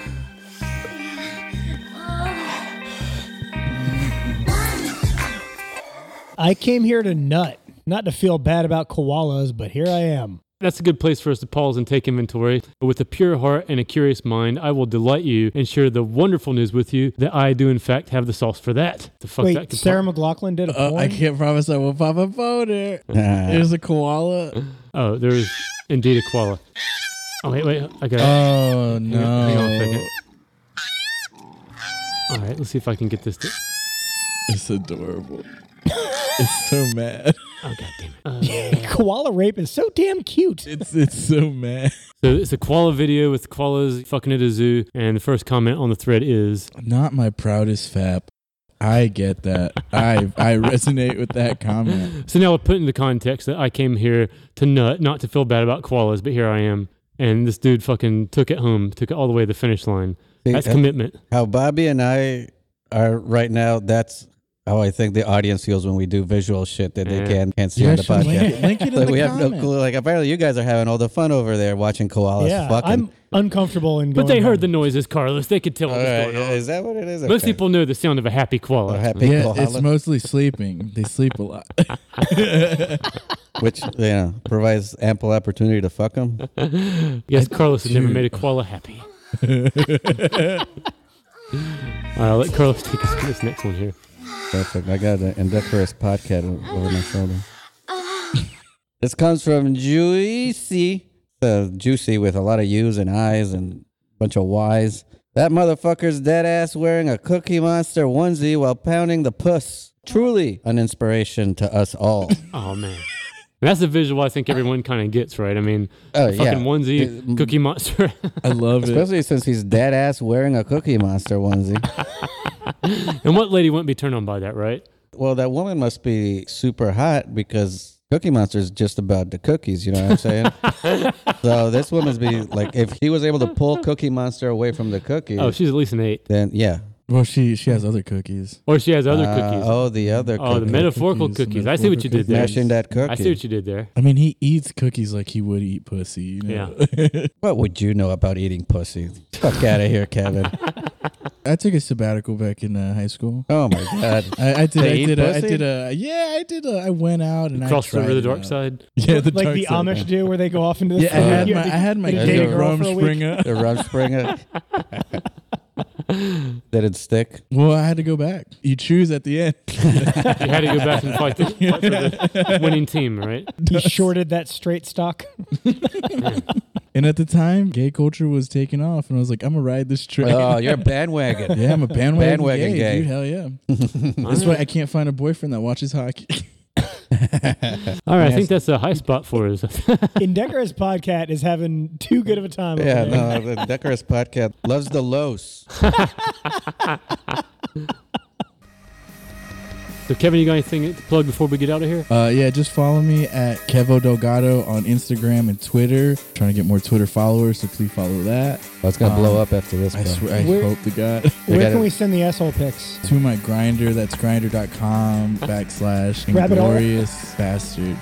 [SPEAKER 1] I came here to nut. Not to feel bad about koalas, but here I am.
[SPEAKER 3] That's a good place for us to pause and take inventory. With a pure heart and a curious mind, I will delight you and share the wonderful news with you that I do, in fact, have the sauce for that. The fuck that
[SPEAKER 1] Wait,
[SPEAKER 3] could
[SPEAKER 1] Sarah McLaughlin did a
[SPEAKER 4] Uh,
[SPEAKER 1] porn?
[SPEAKER 4] I can't promise I will pop a boner. There's a koala.
[SPEAKER 3] pop- oh, there's indeed a koala. Oh wait, wait, I
[SPEAKER 1] Uh.
[SPEAKER 3] got. it.
[SPEAKER 4] Oh
[SPEAKER 3] Hang on a second.
[SPEAKER 4] no!
[SPEAKER 3] All right, let's see if I can get this. To-
[SPEAKER 4] It's adorable. it's so mad.
[SPEAKER 3] oh god damn it! Uh,
[SPEAKER 1] Koala rape is so damn cute.
[SPEAKER 4] It's it's so mad.
[SPEAKER 3] so it's a koala video with koalas fucking at a zoo, and the first comment on the thread is,
[SPEAKER 4] Not my proudest fap. I get that. I I resonate with that comment.
[SPEAKER 3] "So now I'll put into context that I came here to nut, not to feel bad about koalas, but here I am." And this dude fucking took it home, took it all the way to the finish line. That's
[SPEAKER 2] See,
[SPEAKER 3] commitment.
[SPEAKER 2] How Bobby and I are right now, that's how I think the audience feels when we do visual shit that they
[SPEAKER 3] Yeah.
[SPEAKER 2] can, can't see
[SPEAKER 4] You
[SPEAKER 2] on
[SPEAKER 4] guys
[SPEAKER 2] the
[SPEAKER 4] should link it,
[SPEAKER 2] podcast.
[SPEAKER 4] link it in
[SPEAKER 2] Like
[SPEAKER 4] the
[SPEAKER 2] we have
[SPEAKER 4] comment.
[SPEAKER 2] no clue. Like apparently you guys are having all the fun over there watching koalas
[SPEAKER 1] yeah,
[SPEAKER 2] Oh, fucking.
[SPEAKER 1] I'm uncomfortable in.
[SPEAKER 3] But
[SPEAKER 1] Going
[SPEAKER 3] they heard the
[SPEAKER 1] home.
[SPEAKER 3] noises, Carlos. They could tell what
[SPEAKER 2] All
[SPEAKER 3] was
[SPEAKER 2] right,
[SPEAKER 3] going on.
[SPEAKER 2] is that what it is?
[SPEAKER 3] Most
[SPEAKER 2] Okay.
[SPEAKER 3] people know the sound of a happy koala.
[SPEAKER 2] Or happy
[SPEAKER 4] Yeah, it's
[SPEAKER 2] koala,
[SPEAKER 4] mostly sleeping. They sleep a lot.
[SPEAKER 2] which you know, provides ample opportunity to fuck them.
[SPEAKER 3] Yes, Carlos has never
[SPEAKER 4] Dude.
[SPEAKER 3] made a koala happy. All right, I'll let Carlos take us to this next one here.
[SPEAKER 2] Perfect. I got an indecorous podcast over my shoulder. this comes from Juicy. Uh, juicy with a lot of U's and I's and a bunch of Y's. That motherfucker's dead ass wearing a Cookie Monster onesie while pounding the puss. Truly an inspiration to us all.
[SPEAKER 3] Oh man, that's the visual I think everyone kind of gets, right? I mean,
[SPEAKER 2] Oh,
[SPEAKER 3] the fucking
[SPEAKER 2] yeah. mm.
[SPEAKER 3] onesie, Cookie Monster.
[SPEAKER 4] I love it.
[SPEAKER 2] Especially since he's dead ass wearing a Cookie Monster onesie.
[SPEAKER 3] and what lady wouldn't be turned on by that, right?
[SPEAKER 2] Well, that woman must be super hot because Cookie Monster is just about the cookies. You know what I'm saying? so this woman's be like, if he was able to pull Cookie Monster away from the cookies,
[SPEAKER 3] Oh, she's at least an eight,
[SPEAKER 2] then yeah.
[SPEAKER 4] Well, she she has other cookies.
[SPEAKER 3] or she has other
[SPEAKER 2] Uh,
[SPEAKER 3] cookies. Oh,
[SPEAKER 2] Oh, the other.
[SPEAKER 3] the
[SPEAKER 2] cookie.
[SPEAKER 3] metaphorical
[SPEAKER 4] Cookies,
[SPEAKER 3] cookies. I see what you did
[SPEAKER 4] metaphorical
[SPEAKER 3] there.
[SPEAKER 2] Smashing that cookie.
[SPEAKER 3] I see what you did there.
[SPEAKER 4] I mean, he eats cookies like he would eat pussy. You know? Yeah.
[SPEAKER 2] What would you know about eating pussy? Fuck out of here, Kevin.
[SPEAKER 4] I took a sabbatical back in uh, high school.
[SPEAKER 2] oh my god.
[SPEAKER 4] I, I did.
[SPEAKER 2] They
[SPEAKER 4] I
[SPEAKER 2] eat
[SPEAKER 4] did, a, I
[SPEAKER 2] pussy?
[SPEAKER 4] did a. Yeah, I did. A, I went out and I
[SPEAKER 3] Crossed
[SPEAKER 4] tried
[SPEAKER 3] over the
[SPEAKER 4] it
[SPEAKER 3] dark
[SPEAKER 4] out.
[SPEAKER 3] side.
[SPEAKER 4] Yeah, the
[SPEAKER 1] like
[SPEAKER 4] dark
[SPEAKER 1] the
[SPEAKER 4] side.
[SPEAKER 1] Amish do, where they go off into the.
[SPEAKER 4] Yeah, I
[SPEAKER 1] field.
[SPEAKER 4] had
[SPEAKER 1] You
[SPEAKER 4] my I
[SPEAKER 1] to-
[SPEAKER 4] had my
[SPEAKER 1] you to date
[SPEAKER 2] There you
[SPEAKER 1] a
[SPEAKER 4] date
[SPEAKER 2] go.
[SPEAKER 1] girl for a week.
[SPEAKER 4] Rumspringa.
[SPEAKER 2] The rum springer. Did it stick?
[SPEAKER 4] Well, I had to go back. You choose at the end.
[SPEAKER 3] You had to go back and fight the, fight for the winning team, right?
[SPEAKER 1] He shorted that straight stock.
[SPEAKER 4] And at the time, gay culture was taking off, and I was like, I'm gonna ride this train.
[SPEAKER 2] Oh, you're a bandwagon.
[SPEAKER 4] yeah, I'm a Uh, bandwagon, Mm.
[SPEAKER 2] Bandwagon gay.
[SPEAKER 4] dude. Hell yeah. That's why I can't find a boyfriend that watches hockey.
[SPEAKER 3] All right, I think that's a high spot for us.
[SPEAKER 1] Indecorous Podcat is having too good of a time. over
[SPEAKER 2] yeah,
[SPEAKER 1] there.
[SPEAKER 2] no, the Decorous podcast loves the los.
[SPEAKER 3] so, Kevin, you got anything to plug before we get out of here?
[SPEAKER 4] Uh, yeah, just follow me at Kevo Delgado on Instagram and Twitter. trying to get more Twitter followers, so please follow that.
[SPEAKER 2] That's gonna blow up after this.
[SPEAKER 4] I
[SPEAKER 2] bro.
[SPEAKER 4] swear, I
[SPEAKER 1] Where-
[SPEAKER 4] hope to God.
[SPEAKER 1] Where
[SPEAKER 2] gotta-
[SPEAKER 1] can we send the asshole pics?
[SPEAKER 4] to my grinder, that's grinder.com backslash
[SPEAKER 1] Grab it all.
[SPEAKER 4] inglorious bastard.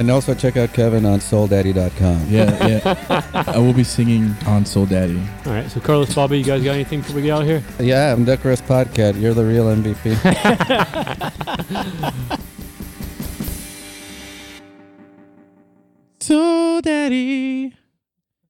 [SPEAKER 2] And also check out Kevin on SoulDaddy.com.
[SPEAKER 4] Yeah, yeah. I will be singing on Soul Daddy.
[SPEAKER 3] All right, so Carlos, Bobby, you guys got anything before we get out of here?
[SPEAKER 2] Yeah, I'm Decorous Podcast. You're the real MVP.
[SPEAKER 4] Soul Daddy.